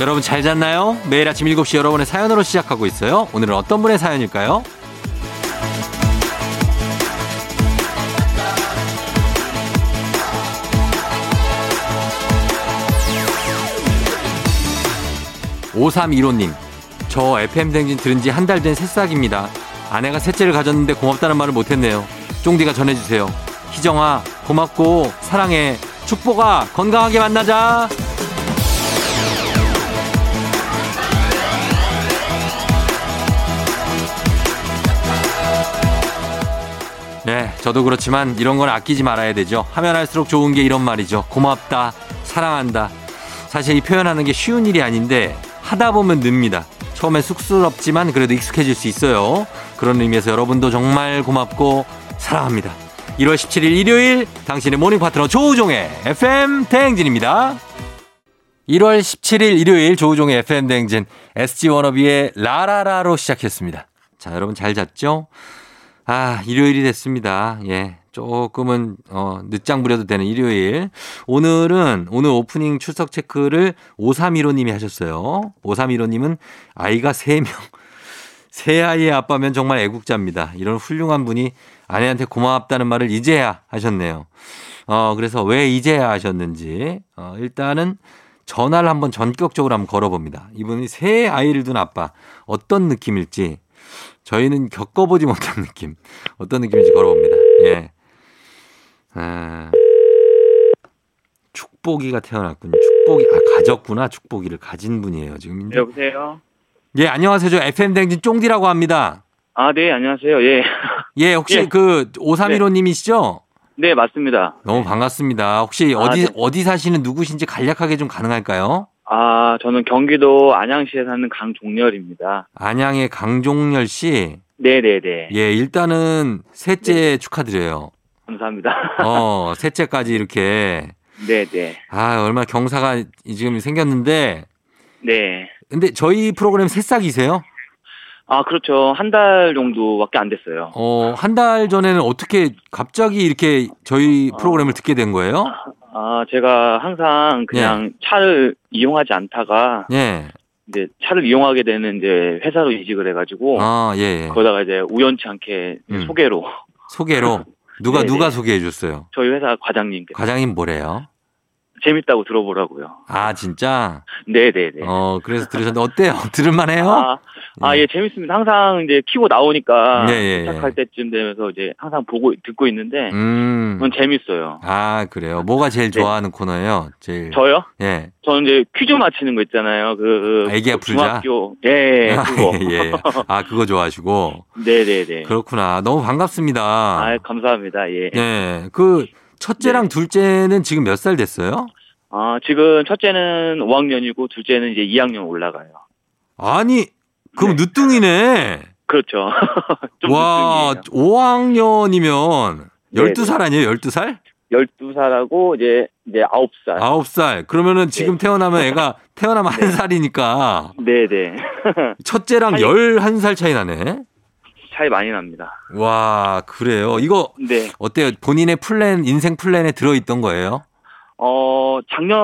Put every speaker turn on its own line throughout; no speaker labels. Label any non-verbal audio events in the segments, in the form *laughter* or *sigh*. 여러분 잘 잤나요? 매일 아침 7시 여러분의 사연으로 시작하고 있어요. 오늘은 어떤 분의 사연일까요? 5315님, 저 FM생진 들은 지 한 달 된 새싹입니다. 아내가 셋째를 가졌는데 고맙다는 말을 못했네요. 쫑디가 전해주세요. 희정아, 고맙고, 사랑해. 축복아, 건강하게 만나자. 예, 저도 그렇지만 이런 건 아끼지 말아야 되죠. 하면 할수록 좋은 게 이런 말이죠. 고맙다, 사랑한다. 사실 이 표현하는 게 쉬운 일이 아닌데 하다 보면 늡니다. 처음엔 쑥스럽지만 그래도 익숙해질 수 있어요. 그런 의미에서 여러분도 정말 고맙고 사랑합니다. 1월 17일 일요일 당신의 모닝 파트너 조우종의 FM 대행진입니다. 1월 17일 일요일 조우종의 FM 대행진 SG 워너비의 라라라로 시작했습니다. 자, 여러분 잘 잤죠? 아, 일요일이 됐습니다. 예. 조금은, 어, 늦장 부려도 되는 일요일. 오늘은, 오늘 오프닝 출석 체크를 5315님이 하셨어요. 5315님은 아이가 3명. 새 아이의 아빠면 정말 애국자입니다. 이런 훌륭한 분이 아내한테 고맙다는 말을 이제야 하셨네요. 어, 그래서 왜 이제야 하셨는지, 어, 일단은 전화를 한번 전격적으로 한번 걸어봅니다. 이분이 새 아이를 둔 아빠, 어떤 느낌일지, 저희는 겪어보지 못한 느낌. 어떤 느낌인지 걸어봅니다. 예. 아, 축복이가 태어났군요. 축복이, 아, 가졌구나. 축복이를 가진 분이에요, 지금.
네, 여보세요.
예, 안녕하세요. 저 FM 댕진 쫑디라고 합니다.
아, 네, 안녕하세요. 예. *laughs*
예, 혹시
예.
그 5315님이시죠?
네, 맞습니다.
너무 반갑습니다. 혹시
아,
어디
네.
어디 사시는 누구신지 간략하게 좀 가능할까요?
아, 저는 경기도 안양시에 사는 강종렬입니다.
안양의 강종열 씨.
네, 네, 네.
예, 일단은 셋째 축하드려요.
감사합니다. *laughs*
어, 셋째까지 이렇게
네, 네.
아, 얼마나 경사가 이- 지금 생겼는데.
네.
근데 저희 프로그램 새싹이세요?
아, 그렇죠. 한 달 정도밖에 안 됐어요.
어, 한 달 전에는 어떻게 갑자기 이렇게 저희 프로그램을 듣게 된 거예요?
아, 제가 항상
네.
그냥 차를 이용하지 않다가
예.
이제 차를 이용하게 되는 이제 회사로 이직을 해 가지고
아, 예, 예.
거기다가 이제 우연치 않게
음.
소개로 *laughs*
소개로 누가
네,
누가
네.
소개해 줬어요?
저희 회사 과장님께서
과장님 뭐래요?
재밌다고 들어보라고요.
아 진짜?
네, 네, 네.
어 그래서 들으셨는데 어때요? *laughs* 들을만해요?
아, 아, 예, 재밌습니다. 항상 이제 키고 나오니까
예, 예, 예.
시작할 때쯤 되면서 이제 항상 보고 듣고 있는데
음.
그건 재밌어요.
아 그래요. 뭐가 제일
네.
좋아하는 코너예요? 제일
저요?
예.
저는 이제 퀴즈 맞히는 거 있잖아요. 그
아, 애기야
그
풀자?
중학교 예, 예,
아,
그거.
예, 예. 아 그거 좋아하시고
네, 네, 네.
그렇구나. 너무 반갑습니다.
아, 감사합니다. 예.
예. 그 첫째랑
네.
둘째는 지금 몇 살 됐어요?
아, 지금 첫째는 5학년이고 둘째는 이제 2학년 올라가요.
아니 그럼
네.
늦둥이네.
그렇죠. *laughs* 좀
와
늦둥이에요.
5학년이면
네,
12살 아니에요? 12살?
12살하고 이제 이제 9살.
아홉 살. 그러면은 지금 태어나면 애가 태어나면 한
예. 네.
살이니까
네, 네.
첫째랑
아니.
열한 살 차이 나네.
차이 많이 납니다.
와 그래요. 이거
네.
어때요? 본인의 플랜 인생 플랜에 들어있던 거예요?
어, 작년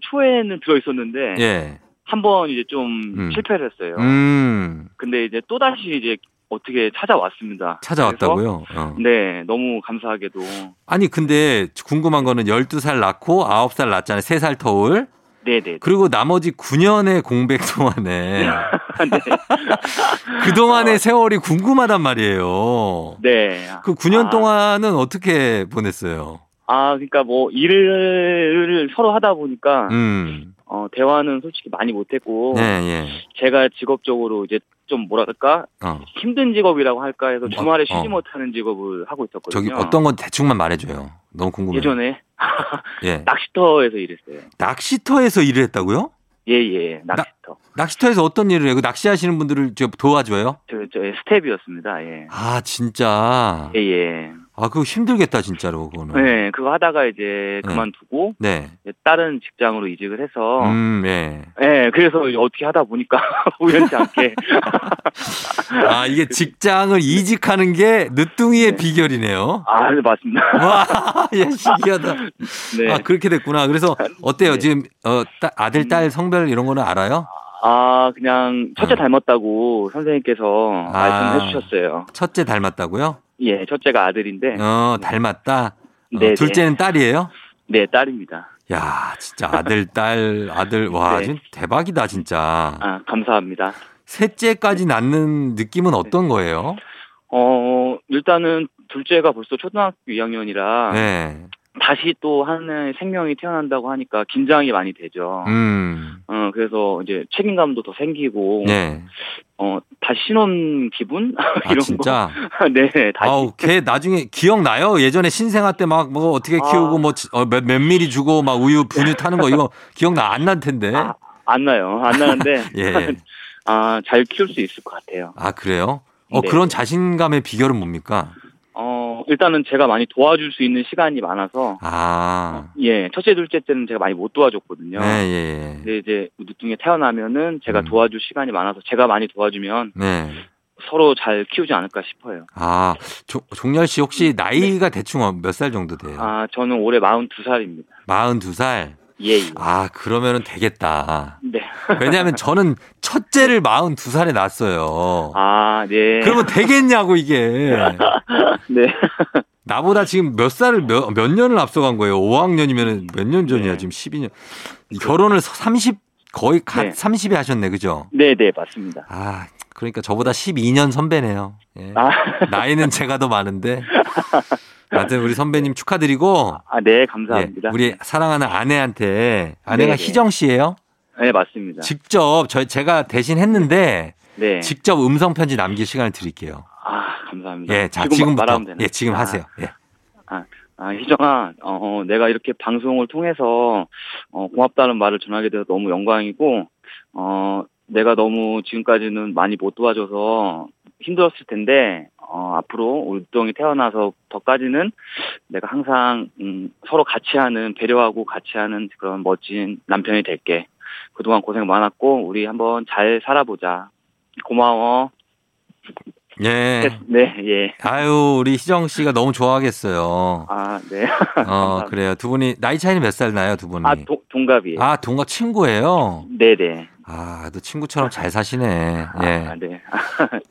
초에는 들어 있었는데
예.
한 번 이제 좀
음.
실패를 했어요.
음
근데 이제 또 다시 이제 어떻게 찾아왔습니다.
찾아왔다고요. 어.
그래서 네, 너무 감사하게도.
아니 근데 궁금한 거는 열두 살 낳고 아홉 살 낳았잖아요. 세 살 터울.
네, *laughs* 네.
그리고 나머지 9년의 공백 동안에
*laughs* 네.
그 동안의 세월이 궁금하단 말이에요.
네.
그 9년
아.
동안은 어떻게 보냈어요?
아, 그러니까 뭐 일을 서로 하다 보니까
음.
어, 대화는 솔직히 많이 못 했고
예, 예.
제가 직업적으로 이제 좀 뭐랄까?
어.
힘든 직업이라고 할까 해서
뭐,
주말에 쉬지
어.
못하는 직업을 하고
저기
있었거든요.
어떤 건 대충만 말해줘요. 너무 궁금해요.
예전에
예.
낚시터에서 일했어요.
낚시터에서 일을 했다고요?
예, 예. 낚시터.
낚시터에서 어떤 일을 해요? 그 낚시하시는 분들을 저 도와줘요?
저, 저의 스텝이었습니다. 예.
아 진짜.
예, 예.
아, 그거 힘들겠다, 진짜로, 그거는.
네, 그거 하다가 이제
음.
그만두고
네.
이제 다른 직장으로 이직을 해서
음, 예.
네, 그래서 어떻게 하다 보니까 *laughs* 우연치 않게
아, 이게 직장을 이직하는 게 늦둥이의
네.
비결이네요.
아, 네, 맞습니다.
와, *laughs* 예, 신기하다.
네.
아, 그렇게 됐구나. 그래서 어때요?
네. 음.
지금 어, 따- 아들, 딸 성별 이런 거는 알아요?
아, 그냥 첫째
음.
닮았다고 선생님께서
아.
말씀해 주셨어요.
첫째 닮았다고요?
예, 첫째가 아들인데
어, 닮았다. 어,
네,
둘째는 딸이에요?
네, 딸입니다.
야, 진짜 아들, 딸, 아들. 와,
네.
지금 대박이다, 진짜.
아, 감사합니다.
셋째까지 낳는 느낌은 어떤 거예요?
어, 일단은 둘째가 벌써 초등학교 2학년이라
네.
다시 또 하나의 생명이 태어난다고 하니까 긴장이 많이 되죠.
음.
어, 그래서 이제 책임감도 더 생기고
네.
어, 다시 신혼 기분
아,
이런
진짜?
거. *laughs* 네, 다시
아우, 걔 나중에 기억나요? 예전에 신생아 때 막 뭐 어떻게
아.
키우고 뭐 지- 어, 몇, 몇 미리 주고 막 우유 분유 타는 거
*laughs*
이거 기억나 안 날 텐데.
아. 안 나요. 안 나는데
*laughs* 예, 예.
*laughs* 아, 잘 키울 수 있을 것 같아요.
아, 그래요? 어,
네.
그런 자신감의 비결은 뭡니까?
어, 일단은 제가 많이 도와줄 수 있는 시간이 많아서
아.
예, 첫째 둘째 때는 제가 많이 못 도와줬거든요.
네, 예, 예.
근데 이제 늦둥이 태어나면은 제가
음.
도와줄 시간이 많아서 제가 많이 도와주면
네.
서로 잘 키우지 않을까 싶어요.
아, 조, 종렬 씨 혹시 나이가 대충 어, 몇 살 정도 돼요?
네. 아, 저는 올해 42살입니다.
42살?
예, 예.
아, 그러면은 되겠다.
네. *laughs*
왜냐하면 저는 첫째를 42살에 낳았어요.
아, 네.
그러면 되겠냐고 이게.
*laughs* 네.
나보다 지금 몇 살을 몇, 몇 년을 앞서간 거예요. 5학년이면 몇 년 전이야.
네.
지금 12년. 결혼을 30 거의 갓
네.
30에 하셨네. 그죠?
네, 네, 맞습니다.
아, 그러니까 저보다 12년 선배네요. 예.
아. *laughs*
나이는 제가 더 많은데. 하여튼 우리 선배님 축하드리고
아, 네,
예,
감사합니다.
우리 사랑하는 아내한테 아내가
네, 네.
희정 씨예요.
네, 맞습니다.
직접 저 제가 대신 했는데
네.
직접 음성 편지 남길 시간을 드릴게요.
아, 감사합니다.
예, 자
지금
지금부터
말하면 되나요?
예 지금
아,
하세요. 예.
아, 희정아, 어, 내가 이렇게 방송을 통해서 어, 고맙다는 말을 전하게 돼서 너무 영광이고, 어, 내가 너무 지금까지는 많이 못 도와줘서 힘들었을 텐데, 어, 앞으로 우리 동이 태어나서 더까지는 내가 항상 음, 서로 같이 하는 배려하고 같이 하는 그런 멋진 남편이 될게. 그동안 고생 많았고 우리 한번 잘 살아보자. 고마워.
예.
네, 예.
아유 우리 희정 씨가 너무 좋아하겠어요.
*laughs* 아, 네.
어 그래요. 두 분이 나이 차이는 몇 살 나요 두 분이?
아, 동, 동갑이에요.
네. 아, 동갑 친구예요.
네, 네.
아, 또 친구처럼 잘 사시네.
아,
예.
네.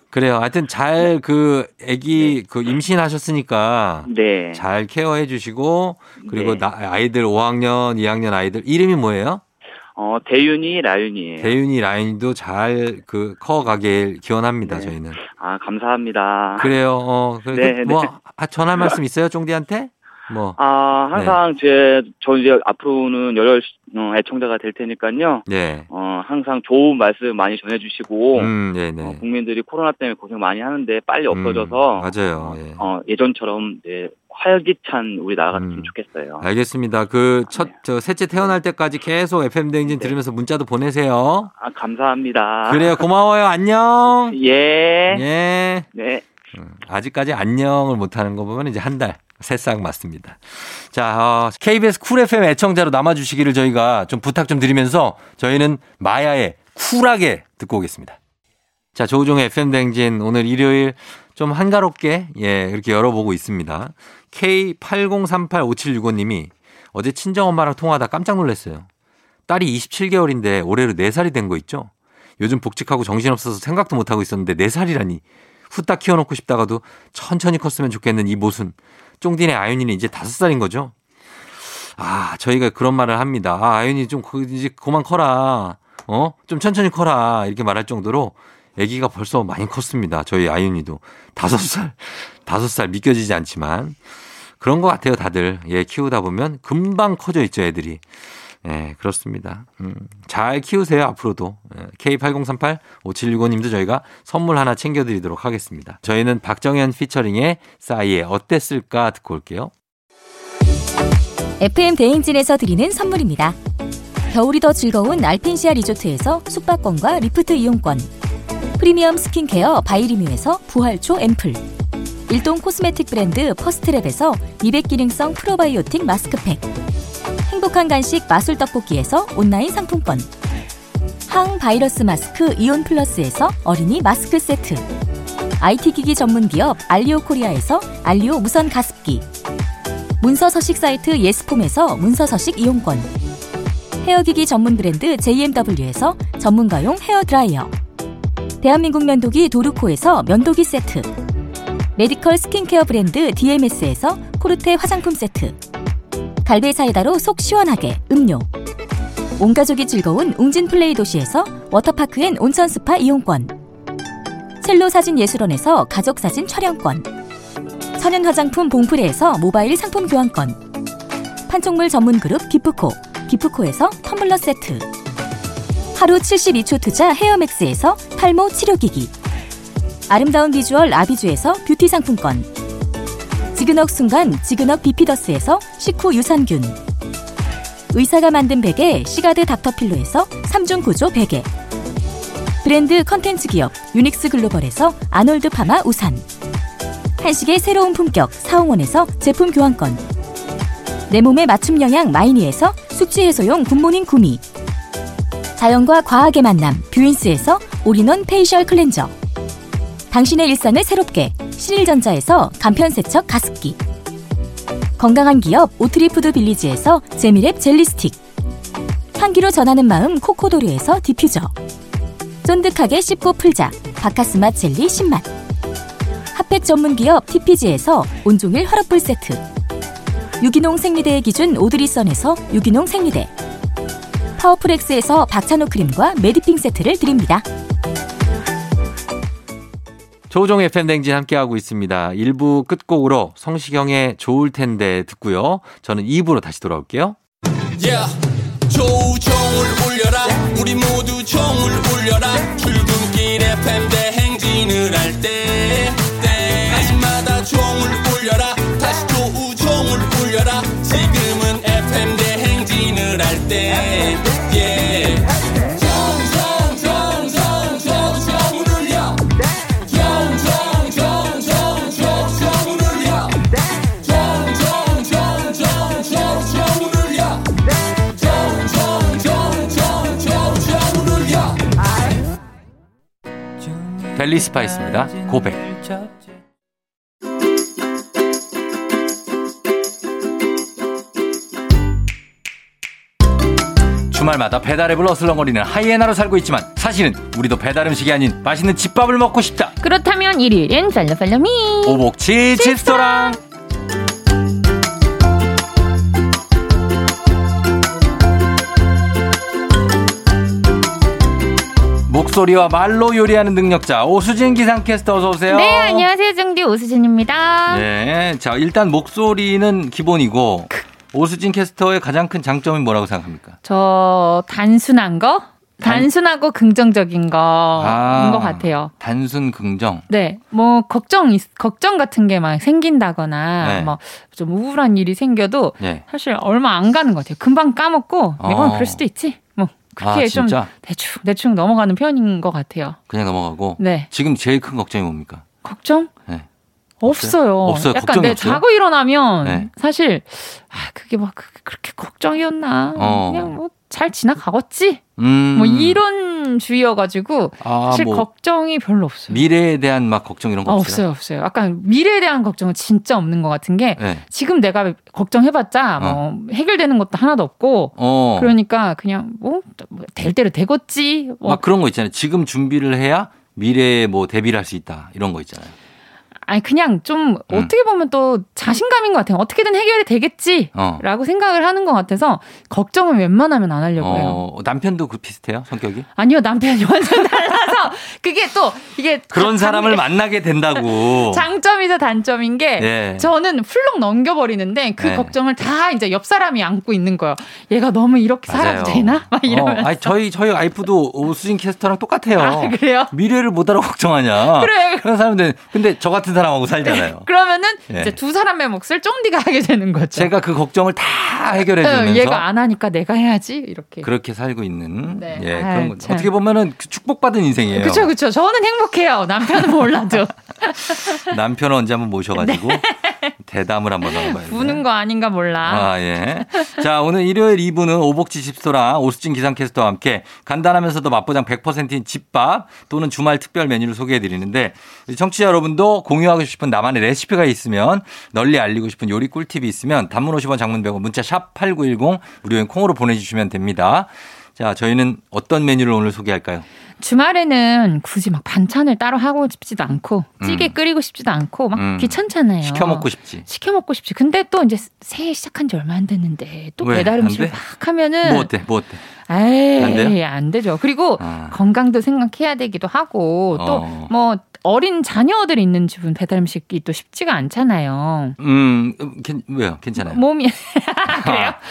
그래요. 하여튼 잘 그 아기 그 임신하셨으니까
네.
잘 케어해 주시고 그리고
네.
나, 아이들 5학년, 2학년 아이들 이름이 뭐예요?
어, 대윤이 라윤이에요.
대윤이 라인도 잘 그 커가길 기원합니다.
네.
저희는
아, 감사합니다.
그래요. 어, 그,
네,
뭐 아, 전할 말씀 있어요, 종디한테? 뭐
아, 항상
네.
제, 저 이제 앞으로는 열혈 어, 애청자가 될 테니까요.
네,
어, 항상 좋은 말씀 많이 전해주시고,
음, 네,
어,
네.
국민들이 코로나 때문에 고생 많이 하는데 빨리
음,
없어져서,
맞아요. 예.
어, 예전처럼 이제 활기찬 우리 나라가
음.
됐으면 좋겠어요.
알겠습니다. 그 첫 저 셋째 태어날 때까지 계속 FM 대행진
네.
들으면서 문자도 보내세요.
아, 감사합니다.
그래요. 고마워요. 안녕.
예.
예.
네.
음, 아직까지 안녕을 못하는 거 보면 이제 한 달. 새싹 맞습니다. 자, 어, KBS 쿨 FM 애청자로 남아주시기를 저희가 좀 부탁 좀 드리면서 저희는 마야의 쿨하게 듣고 오겠습니다. 자, 조우종의 FM 댕진 오늘 일요일 좀 한가롭게 예, 이렇게 열어보고 있습니다. K80385765님이 어제 친정엄마랑 통화하다 깜짝 놀랐어요. 딸이 27개월인데 올해로 4살이 된 거 있죠? 요즘 복직하고 정신없어서 생각도 못하고 있었는데 4살이라니. 후딱 키워놓고 싶다가도 천천히 컸으면 좋겠는 이 모순. 쫑디네 아윤이는 이제 5살인 거죠? 아, 저희가 그런 말을 합니다. 아, 아윤이 좀 그- 이제 그만 커라. 어? 좀 천천히 커라. 이렇게 말할 정도로 아기가 벌써 많이 컸습니다. 저희 아윤이도. 다섯 살, 다섯 살 믿겨지지 않지만. 그런 것 같아요, 다들. 예, 키우다 보면 금방 커져 있죠, 애들이. 예, 그렇습니다. 음, 잘 키우세요, 앞으로도. K8038-5765님도 저희가 선물 하나 챙겨드리도록 하겠습니다. 저희는 박정현 피처링의 싸이의 어땠을까 듣고 올게요.
FM 대행진에서 드리는 선물입니다. 겨울이 더 즐거운 알펜시아 리조트에서 숙박권과 리프트 이용권. 프리미엄 스킨케어 바이리뮤에서 부활초 앰플. 일동 코스메틱 브랜드 퍼스트랩에서 200기능성 프로바이오틱 마스크팩 행복한 간식 마술 떡볶이에서 온라인 상품권 항바이러스 마스크 이온 플러스에서 어린이 마스크 세트 IT 기기 전문 기업 알리오 코리아에서 알리오 무선 가습기 문서 서식 사이트 예스폼에서 문서 서식 이용권 헤어기기 전문 브랜드 JMW에서 전문가용 헤어 드라이어 대한민국 면도기 도르코에서 면도기 세트 메디컬 스킨케어 브랜드 DMS에서 코르테 화장품 세트 갈베 사이다로 속 시원하게 음료 온 가족이 즐거운 웅진 플레이 도시에서 워터파크 앤 온천 스파 이용권 첼로 사진 예술원에서 가족 사진 촬영권 천연 화장품 봉프레에서 모바일 상품 교환권 판촉물 전문 그룹 기프코 기프코에서 텀블러 세트 하루 72초 투자 헤어맥스에서 탈모 치료기기 아름다운 비주얼 아비주에서 뷰티 상품권 지그넉 순간 지그넉 비피더스에서 식후 유산균 의사가 만든 베개 시가드 닥터필로에서 3중 구조 베개 브랜드 컨텐츠 기업 유닉스 글로벌에서 아놀드 파마 우산 한식의 새로운 품격 사홍원에서 제품 교환권 내 몸에 맞춤 영양 마이니에서 숙취 해소용 굿모닝 구미 자연과 과학의 만남 뷰인스에서 올인원 페이셜 클렌저 당신의 일상을 새롭게 신일전자에서 간편세척 가습기 건강한 기업 오트리푸드 빌리지에서 재미랩 젤리스틱 향기로 전하는 마음 코코도르에서 디퓨저 쫀득하게 씹고 풀자 바카스맛 젤리 10맛 핫팩 전문 기업 TPG에서 온종일 화롯불 세트 유기농 생리대의 기준 오드리선에서 유기농 생리대 파워풀엑스에서 박찬호 크림과 메디핑 세트를 드립니다.
조종 FM 댕진 함께하고 있습니다. 1부 끝곡으로 성시경의 좋을 텐데 듣고요. 저는 2부로 다시 돌아올게요.
Yeah. 조우종을 울려라 우리 모두 종을 울려라 출근길 FM 대행진을 할때 때마다 종을 울려라 다시 조우종을 울려라 지금은 FM 대행진을 할때 예. yeah. 종종종종종종을 울려 종종종종종종종을 울려 종종종종종종종을 울려
델리 스파이스입니다. 고백.
주말마다 배달앱을 어슬렁거리는 하이에나로 살고 있지만 사실은 우리도 배달 음식이 아닌 맛있는 집밥을 먹고 싶다.
그렇다면 1일은 팔로팔로미
오복치 칩스토랑. 목소리와 말로 요리하는 능력자 오수진 기상캐스터 어서 오세요.
네 안녕하세요 정디 오수진입니다
네, 자 일단 목소리는 기본이고 오수진 캐스터의 가장 큰 장점이 뭐라고 생각합니까?
저 단순한 거 단순하고 긍정적인 거인
아.
어, 것 같아요
단순 긍정.
네, 뭐 걱정 있- 걱정 같은 게 막 생긴다거나
네.
막 좀 우울한 일이 생겨도
네.
사실 얼마 안 가는 것 같아요. 금방 까먹고
어.
이건 그럴 수도 있지. 뭐 그렇게
아
좀
진짜
대충 대충 넘어가는 편인 것 같아요.
그냥 넘어가고.
네,
지금 제일 큰 걱정이 뭡니까?
걱정
네.
없어요.
없어요?
약간
걱정이
내
없어요?
자고 일어나면
네.
사실 아 그게 막 그- 그렇게 걱정이었나
어.
그냥 뭐 잘 지나가겠지
음.
뭐 이런 주의여가지고
아,
사실
뭐
걱정이 별로 없어요.
미래에 대한 막 걱정 이런 거
아,
없어요?
없어요, 없어요. 약간 미래에 대한 걱정은 진짜 없는 것 같은 게
네.
지금 내가 걱정해봤자 뭐 해결되는 것도 하나도 없고
어.
그러니까 그냥 뭐 될 대로 되겠지 뭐
막 그런 거 있잖아요. 지금 준비를 해야 미래에 뭐 대비를 할 수 있다. 이런 거 있잖아요.
아니 그냥 좀
음.
어떻게 보면 또 자신감인 것 같아요 어떻게든 해결이 되겠지라고
어.
생각을 하는 것 같아서 걱정은 웬만하면 안 하려고 해요
어, 남편도 그 비슷해요? 성격이?
아니요 남편이 완전 달라서 *laughs* 그게 또 이게
그런
자-
사람을 만나게
*laughs*
된다고.
장점이자 단점인 게
네.
저는 훌렁 넘겨버리는데 그
네.
걱정을 다 이제 옆 사람이 안고 있는 거예요. 얘가 너무 이렇게
맞아요.
살아도 되나? 막 이러면.
어, 아니, 저희, 저희 와이프도 오수진 캐스터랑 똑같아요.
아, 그래요?
미래를 못 알아 걱정하냐.
그래요. 네, 그렇죠.
런 사람들. 근데 저 같은
사람하고
어.
살잖아요.
그러면은
예.
이제 두 사람의 몫을 쫑디가 하게 되는 거죠.
제가 그 걱정을 다 해결해
응,
주면서
어, 얘가 안 하니까 내가 해야지 이렇게.
그렇게 살고 있는
네.
예,
아,
그런 거.
참.
어떻게 보면은 그 축복받은 인생이에요.
그렇죠, 그렇죠. 저는 행복해요. 남편은 몰라도
*laughs*
남편을 언제 한번 모셔가지고 대담을 한번 나눠봐요.
네. 부는 거 아닌가 몰라.
아, 예. 자, 오늘 일요일 2부는 오복지 집소랑 오수진 기상캐스터와 함께 간단하면서도 맛보장 100%인 집밥 또는 주말 특별 메뉴를 소개해 드리는데 우리 청취자 여러분도 공유하고 싶은 나만의 레시피가 있으면 널리 알리고 싶은 요리 꿀팁이 있으면 단문 50원 장문 100원 문자 샵 8910 무료인 콩으로 보내주시면 됩니다. 자, 저희는 어떤 메뉴를 오늘 소개할까요?
주말에는 굳이 막 반찬을 따로 하고 싶지도 않고 찌개 끓이고 싶지도 않고 막
음.
귀찮잖아요.
시켜 먹고 싶지.
시켜 먹고 싶지. 근데 또 이제 새해 시작한 지 얼마 안 됐는데 또
왜?
배달
안
음식을
돼?
막 하면은
뭐 어때? 뭐 어때?
에이,
안
안,
돼요?
되죠. 그리고
아.
건강도 생각해야 되기도 하고 또
어.
뭐 어린 자녀들 있는 집은 배달 음식이 또 쉽지가 않잖아요.
음, 괜- 왜요? 괜찮아요. *laughs*
몸이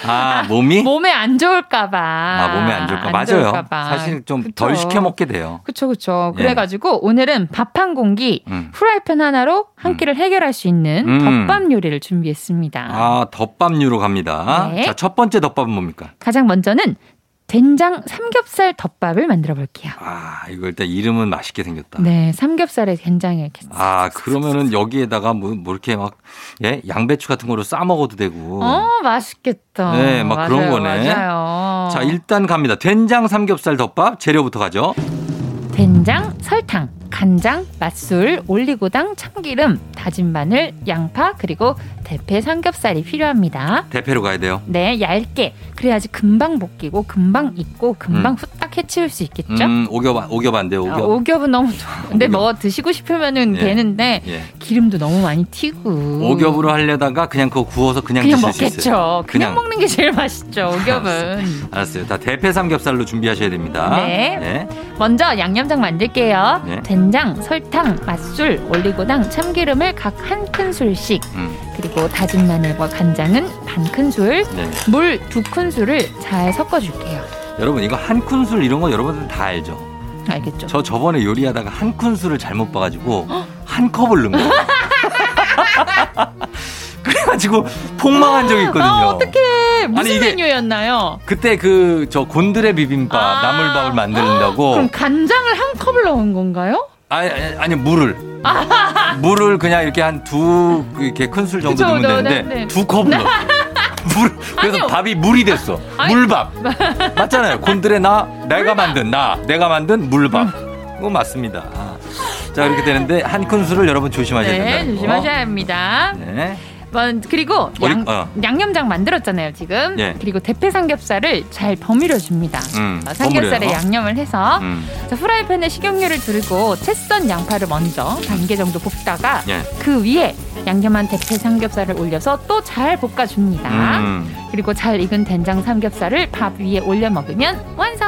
아, 몸이?
몸에 안 좋을까봐.
아, 몸에 안 좋을까. 맞아요. 사실 좀 덜 시켜 먹게 돼요.
그렇죠, 그렇죠.
예.
그래가지고 오늘은 밥 한 공기
음.
후라이팬 하나로 한 끼를 해결할 수 있는
음.
덮밥 요리를 준비했습니다.
아, 덮밥류로 갑니다.
네.
자, 첫 번째 덮밥은 뭡니까?
가장 먼저는 된장 삼겹살 덮밥을 만들어 볼게요.
아, 이거 일단 이름은 맛있게 생겼다.
네, 삼겹살에 된장을 이렇게
아, 그러면은 여기에다가 뭐, 뭐 이렇게 막, 예? 양배추 같은 거로 싸 먹어도 되고.
어, 맛있겠다.
네, 막 그런 거네.
맞아요.
자, 일단 갑니다. 된장 삼겹살 덮밥 재료부터 가죠.
된장, 설탕, 간장, 맛술, 올리고당, 참기름, 다진 마늘, 양파, 그리고 대패 삼겹살이 필요합니다.
대패로 가야 돼요.
네, 얇게. 그래야지 금방 볶이고, 금방 익고, 금방 후딱 해치울 수 있겠죠?
음, 오겹, 오겹 안 돼요, 오겹.
아, 오겹은 너무 좋아. 근데 뭐 드시고 싶으면은
예.
되는데,
예.
기름도 너무 많이 튀고.
오겹으로 하려다가 그냥 그거 구워서 그냥,
음. 그냥
드실 수 있어요.
먹겠죠. 그냥,
그냥.
먹는 게 제일 맛있죠, 오겹은.
알았어요. 다 대패 삼겹살로 준비하셔야 됩니다.
네. 먼저 양념장 만들게요.
네.
된장, 설탕, 맛술, 올리고당, 참기름을 각 한 큰술씩,
음,
그리고 다진 마늘과 간장은 반 큰술,
네.
물 두 큰술을 잘 섞어줄게요.
여러분 이거 한 큰술 이런 거 여러분들 다 알죠?
알겠죠?
저 저번에 요리하다가 한 큰술을 잘못 봐가지고 한 컵을 넣은 거예요. *laughs* 그래가지고 폭망한 적이 있거든요.
아, 어떡해. 무슨
아니, 이게-
메뉴였나요?
그때 그 저 곤드레 비빔밥
아. 어,
나물밥을 만드는다고
그럼 간장을 한 컵을 넣은 건가요?
아니, 아니 아니,
*laughs*
물을 물을 그냥 이렇게 한 두 이렇게 큰술 정도
그쵸,
넣으면
네,
되는데
네, 네.
두 컵을 넣어. *laughs* 물 그래서
아니요.
밥이 물이 됐어.
*laughs* 아니.
물밥 맞잖아요. 곤드레 나 내가 만든 나 내가 만든 물밥.
음.
그거 맞습니다. 아. 자 이렇게 되는데 한 큰술을 여러분 조심하셔야 된다.
네, 조심하셔야 합니다.
네.
먼- 그리고
어리-
양,
어.
념장 만들었잖아요 지금
예.
그리고 대패 삼겹살을 잘 버무려 줍니다 어,
음,
삼겹살에
버무려요.
양념을 해서
음.
자, 후라이팬에 식용유를 두르고 채 썬 양파를 먼저 단계 정도 볶다가
예.
그 위에 양념한 대패 삼겹살을 올려서 또 잘 볶아줍니다
음.
그리고 잘 익은 된장 삼겹살을 밥 위에 올려 먹으면 완성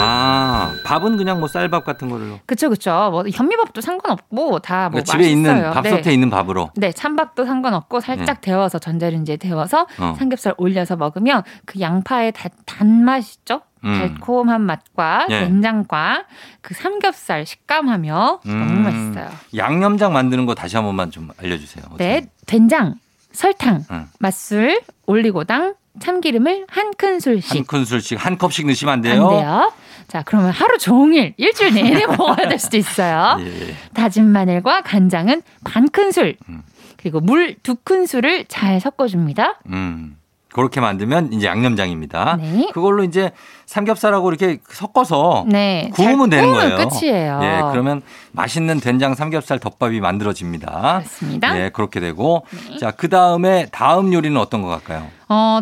아 밥은 그냥 뭐 쌀밥 같은 걸로.
그쵸 그쵸 뭐 현미밥도 상관없고 다뭐
그러니까 집에 있는
맛있어요.
밥솥에
네.
있는 밥으로.
네, 찬밥도 상관없고 살짝 데워서 전자레인지에 데워서
네. 어.
삼겹살 올려서 먹으면 그 양파의 다- 단맛 있죠?
음.
달콤한 맛과
예.
된장과 그 삼겹살 식감하며 너무
음.
맛있어요.
양념장 만드는 거 다시 한 번만 좀 알려주세요.
네, 된장, 설탕,
음.
맛술, 올리고당, 참기름을 한
한
큰술씩.
큰술씩 한 컵씩 넣으시면 안
안
돼요.
돼요. 자, 그러면 하루 종일
*laughs*
일주일 내내 먹어야 될 수도 있어요.
예, 예.
다진 마늘과 간장은 반 큰술.
음.
그리고 물 두 큰술을 잘 섞어줍니다.
음. 그렇게 만들면 이제 양념장입니다.
네.
그걸로 이제 삼겹살하고 이렇게 섞어서
네.
구우면
잘
되는
구우면
거예요.
끝이에요.
예, 그러면 맛있는 된장 삼겹살 덮밥이 만들어집니다.
맞습니다. 네.
예, 그렇게 되고 자, 그다음에 다음 요리는 어떤 것 같까요?
어,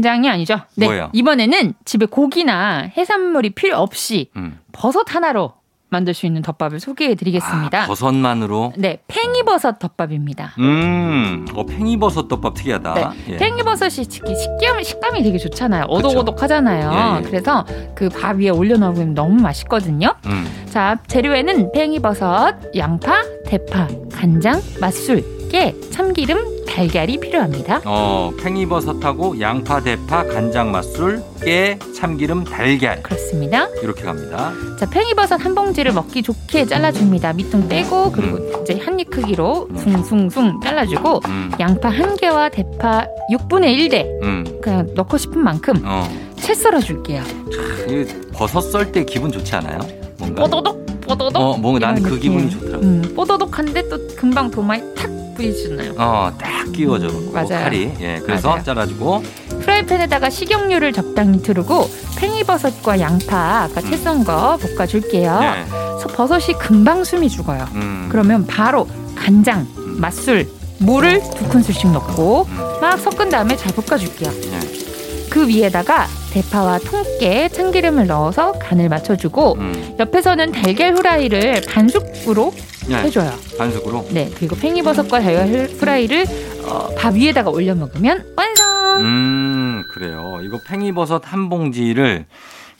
된장이 아니죠. 네.
뭐예요?
이번에는 집에 고기나 해산물이 필요 없이
음.
버섯 하나로 만들 수 있는 덮밥을 소개해 드리겠습니다.
아, 버섯만으로
네, 팽이버섯 덮밥입니다.
음. 어, 팽이버섯 덮밥 특이하다.
네,
예.
팽이버섯이 특히 식감, 식감이 되게 좋잖아요. 오독오독하잖아요.
예, 예.
그래서 그 밥 위에 올려놓으면 너무 맛있거든요.
음.
자, 재료에는 팽이버섯, 양파, 대파, 간장, 맛술, 함께 참기름, 달걀이 필요합니다.
어, 팽이버섯하고 양파, 대파, 간장, 맛술, 깨, 참기름, 달걀
그렇습니다.
이렇게 갑니다.
자, 팽이버섯 한 봉지를 먹기 좋게 잘라줍니다. 밑둥 떼고 그리고 이제 한 입 크기로 숭숭숭 잘라주고
음,
양파 한 개와 대파 6분의 1대
음,
그냥 넣고 싶은 만큼
어,
채 썰어줄게요.
이그 버섯 썰 때 기분 좋지 않아요? 뭔가,
뽀도독 뽀도독.
어, 뭔가 난
어, 이런
그
느낌.
기분이 좋더라고. 요
음, 뽀도독한데 또 금방 도마에 탁 부딪히잖아요.
어, 딱 끼워져. 그
맞아요.
칼이. 예, 그래서
맞아요.
잘라주고.
프라이팬에다가 식용유를 적당히 두르고 팽이버섯과 양파 아까 채 썬 거 볶아줄게요.
예,
그래서 버섯이 금방 숨이 죽어요.
음,
그러면 바로 간장,
음.
맛술, 물을 두 큰술씩 넣고
음,
막 섞은 다음에 잘 볶아줄게요.
예,
그 위에다가 대파와 통깨, 참기름을 넣어서 간을 맞춰주고
음,
옆에서는 달걀 후라이를 반숙으로
예,
해줘요.
반숙으로.
네, 그리고 팽이버섯과 달걀 후라이를 어, 밥 위에다가 올려 먹으면 완성.
음, 그래요. 이거 팽이버섯 한 봉지를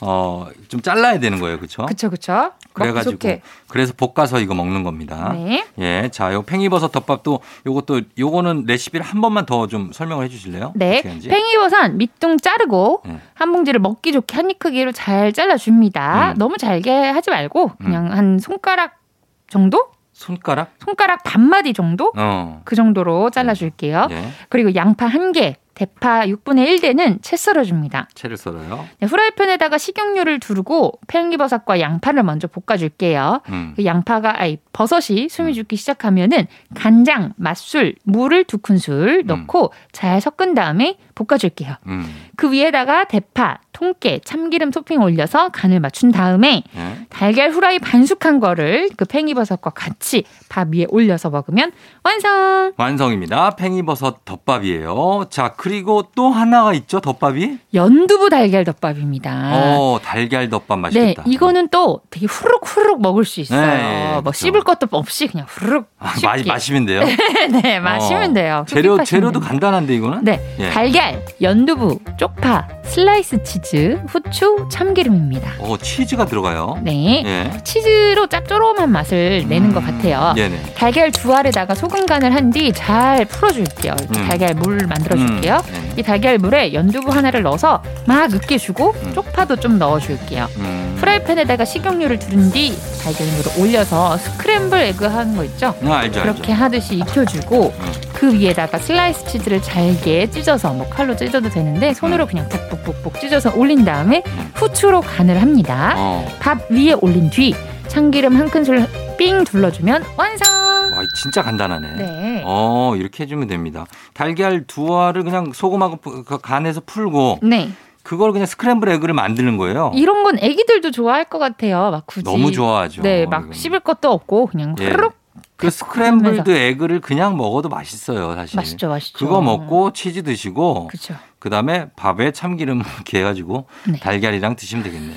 어, 좀 잘라야 되는 거예요. 그렇죠?
그쵸 그쵸. 먹기
그래가지고
좋게.
그래서 볶아서 이거 먹는 겁니다.
네.
예, 자, 요 팽이버섯 덮밥도 요것도 요거는 레시피를 한 번만 더 좀 설명을 해주실래요?
네,
어떻게 하는지?
팽이버섯 밑둥 자르고
음.
한 봉지를 먹기 좋게 한 입 크기로 잘 잘라줍니다.
음.
너무 잘게 하지 말고 그냥 한 손가락 정도,
손가락?
손가락 반마디 정도
어.
그 정도로 잘라줄게요.
예,
그리고 양파 한 개, 대파 6분의 1대는 채 썰어줍니다.
채를 썰어요.
네, 후라이팬에다가 식용유를 두르고 팽이버섯과 양파를 먼저 볶아줄게요.
음.
그 양파가 아니 버섯이 숨이 죽기 시작하면은 간장, 맛술, 물을 두 큰술 넣고 잘 섞은 다음에 볶아줄게요.
음.
그 위에다가 대파, 통깨, 참기름 토핑 올려서 간을 맞춘 다음에
예.
달걀 후라이 반숙한 거를 그 팽이버섯과 같이 밥 위에 올려서 먹으면 완성.
완성입니다. 팽이버섯 덮밥이에요. 자, 그리고 또 하나가 있죠, 덮밥이?
연두부 달걀 덮밥입니다.
어, 달걀 덮밥
아. 네,
맛있겠다.
이거는 또 되게 후룩 후룩 먹을 수 있어요.
네,
뭐
그렇죠.
씹을 것도 없이 그냥 후룩
아,
쉽게.
마시, 마시면 돼요.
*laughs* 네, 마시면
어.
돼요.
재료,
흡입하시면
재료도
됩니다.
간단한데, 이거는?
네,
예.
달걀, 연두부, 쪽파, 슬라이스 치즈, 후추, 참기름입니다.
어, 치즈가 들어가요.
네,
예.
치즈로 짭조름한 맛을 내는
음.
것 같아요.
네네.
달걀 두 알에다가 소금 간을 한 뒤 잘 풀어줄게요. 이렇게
음.
달걀 물 만들어줄게요.
음, 네.
이 달걀 물에 연두부 하나를 넣어서 막 으깨주고
음.
쪽파도 좀 넣어줄게요.
음.
프라이팬에다가 식용유를 두른 뒤 달걀물을 올려서 스크램블 에그 하는 거 있죠?
아, 알죠, 알죠.
그렇게 하듯이 익혀주고
음.
그 위에다가 슬라이스 치즈를 잘게 찢어서 뭐 칼로 찢어도 되는데 손으로 그냥 북북북북 찢어서 올린 다음에
음.
후추로 간을 합니다.
어.
밥 위에 올린 뒤 참기름 한 큰술 삥 둘러주면 완성.
와, 진짜 간단하네.
네.
어, 이렇게 해주면 됩니다. 달걀 두 알을 그냥 소금하고 푸- 그 간에서 풀고
네.
그걸 그냥 스크램블 에그를 만드는 거예요.
이런 건 아기들도 좋아할 것 같아요. 막 굳이
너무 좋아하죠.
네, 막
이건.
씹을 것도 없고 그냥
예.
후루룩
그 스크램블드 에그를 그냥 먹어도 맛있어요, 사실.
맛있죠, 맛있죠.
그거 먹고 치즈 드시고
그렇죠.
그 다음에 밥에 참기름 *laughs* 이렇게 해가지고
네.
달걀이랑 드시면
*laughs*
되겠네요.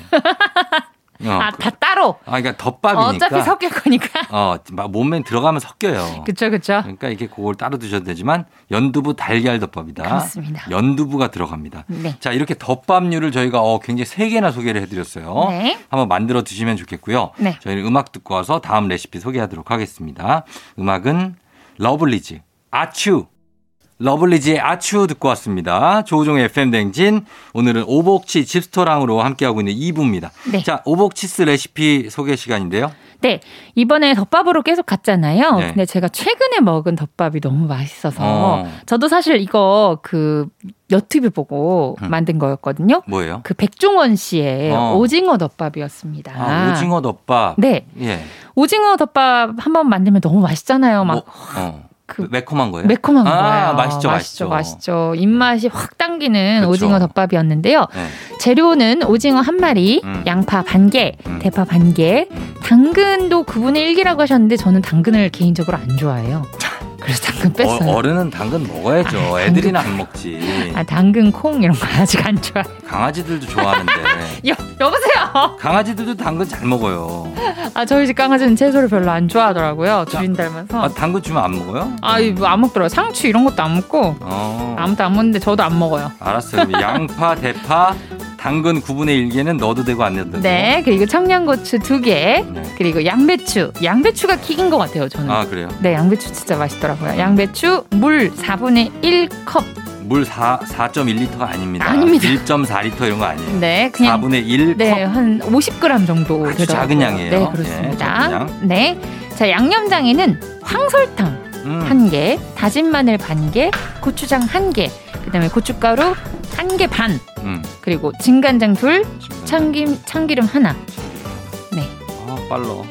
어,
아,
그-
다 따로.
아, 그러니까 덮밥이니까.
어차피 섞일 거니까.
어, 막 몸에 들어가면 섞여요.
그쵸그쵸
그러니까 이게 그걸 따로 드셔도 되지만 연두부 달걀 덮밥이다.
그렇습니다.
연두부가 들어갑니다.
네.
자, 이렇게 덮밥류를 저희가 어, 굉장히 세 개나 소개를 해드렸어요.
네.
한번 만들어 드시면 좋겠고요.
네.
저희는 음악 듣고 와서 다음 레시피 소개하도록 하겠습니다. 음악은 러블리즈 아츄 러블리즈의 아츄 듣고 왔습니다. 조우종의 FM 댕진 오늘은 오복치 집스토랑으로 함께하고 있는 2부입니다.
네.
자, 오복치스 레시피 소개 시간인데요.
네. 이번에 덮밥으로 계속 갔잖아요.
네.
근데 제가 최근에 먹은 덮밥이 너무 맛있어서
어.
저도 사실 이거 그 유튜브 보고
음.
만든 거였거든요.
뭐예요?
그 백종원 씨의
어.
오징어 덮밥이었습니다.
아, 오징어 덮밥.
네.
예.
오징어 덮밥 한번 만들면 너무 맛있잖아요. 막
뭐, 어.
그
매콤한 거예요?
매콤한
아,
거예요.
맛있죠,
맛있죠,
맛있죠.
맛있죠. 입맛이 확 당기는
그쵸.
오징어 덮밥이었는데요.
네.
재료는 오징어 한 마리,
음.
양파 반 개,
음.
대파 반 개,
음.
당근도 9분의 1기라고 하셨는데 저는 당근을 개인적으로 안 좋아해요. 그래서 당근 뺐어요.
어, 른은 당근 먹어야죠.
아,
애들이나 안 먹지.
아 당근 콩 이런 거 아직 안 좋아.
강아지들도 좋아하는데.
*laughs* 여 여보세요.
강아지들도 당근 잘 먹어요.
아 저희 집 강아지는 채소를 별로 안 좋아하더라고요.
자,
주인
아,
닮아서.
당근 주면 안 먹어요?
아이안 먹더라고. 요 상추 이런 것도 안 먹고
어,
아무도 안 먹는데 저도 안 먹어요.
알았어요. 그럼 양파, 대파,
당근 9분의 1개는 넣어도 되고 안 넣어도 되고.
네, 그리고 청양고추 두 개,
네.
그리고 양배추. 양배추가 킥인 것 같아요, 저는.
아 그래요.
네, 양배추 진짜 맛있더라고요. 양배추 물 4분의 1컵.
물 4, 4.1리터가 아닙니다.
아닙니다.
1.4리터 이런 거 아니에요.
네, 그냥
4분의 1
네,
컵.
한 50g 정도
아주
되더라고요.
작은 양이에요.
네, 그렇습니다.
예, 작은
네. 자, 양념장에는 황설탕
음.
한 개, 다진 마늘 반 개, 고추장 한 개, 그다음에 고춧가루 한 개 반,
음.
그리고 진간장 둘,
지금.
참기, 참기름 하나.
아
*laughs*
빨러.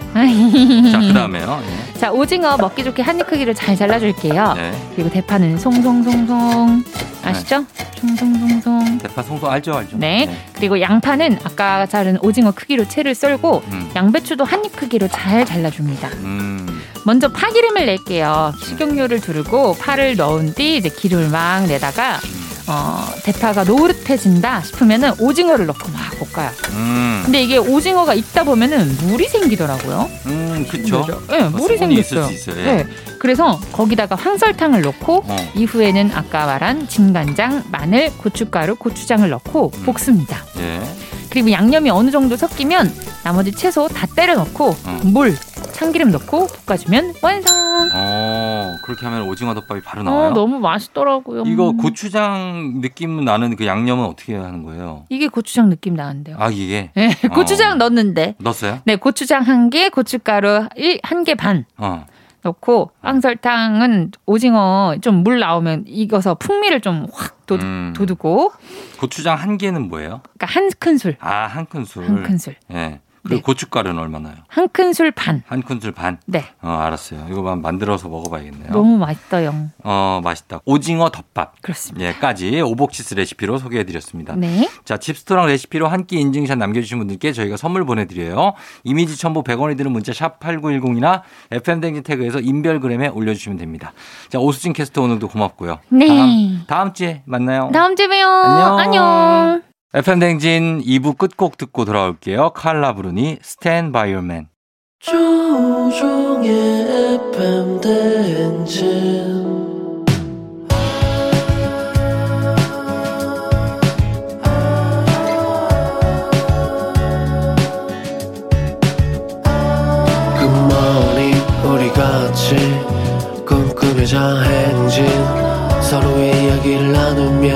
자 그다음에요. 예.
자, 오징어 먹기 좋게 한입 크기로 잘 잘라줄게요.
네.
그리고 대파는 송송송송. 아시죠? 송송송송.
대파 송송 알죠 알죠.
네.
예.
그리고 양파는 아까 자른 오징어 크기로 채를 썰고
음.
양배추도 한입 크기로 잘 잘라줍니다.
음.
먼저 파 기름을 낼게요. 식용유를 두르고 파를 넣은 뒤 이제 기름을 막 내다가 어, 대파가 노릇해진다 싶으면은 오징어를 넣고 막 볶아요.
음.
근데 이게 오징어가 익다 보면은 물이 생기더라고요.
음. 그쵸.
네,
뭐
물이
수분이 있을
생겼어요.
수 있어요. 예.
네. 그래서 거기다가 황설탕을 넣고
어.
이후에는 아까 말한 진간장, 마늘, 고춧가루, 고추장을 넣고
음.
볶습니다.
예.
그리고 양념이 어느 정도 섞이면 나머지 채소 다 때려 넣고
음.
물, 참기름 넣고 볶아주면 완성.
어. 그렇게 하면 오징어 덮밥이 바로
어,
나와요.
너무 맛있더라고요.
이거
음.
고추장 느낌 나는 그 양념은 어떻게 하는 거예요?
이게 고추장 느낌 나는데요.
아 이게
네,
어.
*laughs* 고추장 넣었는데.
넣었어요?
네, 고추장 한 개, 고춧가루 한 개 반
어.
넣고 황설탕은 오징어 좀 물 나오면 익어서 풍미를 좀 확
음.
도두고
고추장 한 개는 뭐예요?
그러니까 한 큰술,
아 한 큰술.
한 큰술,
예. 그리고
네.
고춧가루는 얼마나요?
한 큰술 반.
한 큰술 반.
네,
어, 알았어요. 이거만 만들어서 먹어봐야겠네요.
너무 맛있어요.
어, 맛있다. 오징어 덮밥.
그렇습니다.
예까지 오복치스 레시피로 소개해드렸습니다.
네,
자, 칩스토랑 레시피로 한 끼 인증샷 남겨주신 분들께 저희가 선물 보내드려요. 이미지 첨부 100원이 드는 문자 샵 8910이나 FM댕진 태그에서 인별그램에 올려주시면 됩니다. 자, 오수진 캐스터 오늘도 고맙고요.
네.
다음, 다음 주에 만나요.
다음 주에 봬요.
안녕.
안녕.
FM댕진 2부 끝곡 듣고 돌아올게요. 칼라 브루니, 스탠 바이 얼 맨.
조종의 FM 대행진 굿모닝 우리 같이 꿈꾸며자 행진 서로의 이야기를 나누며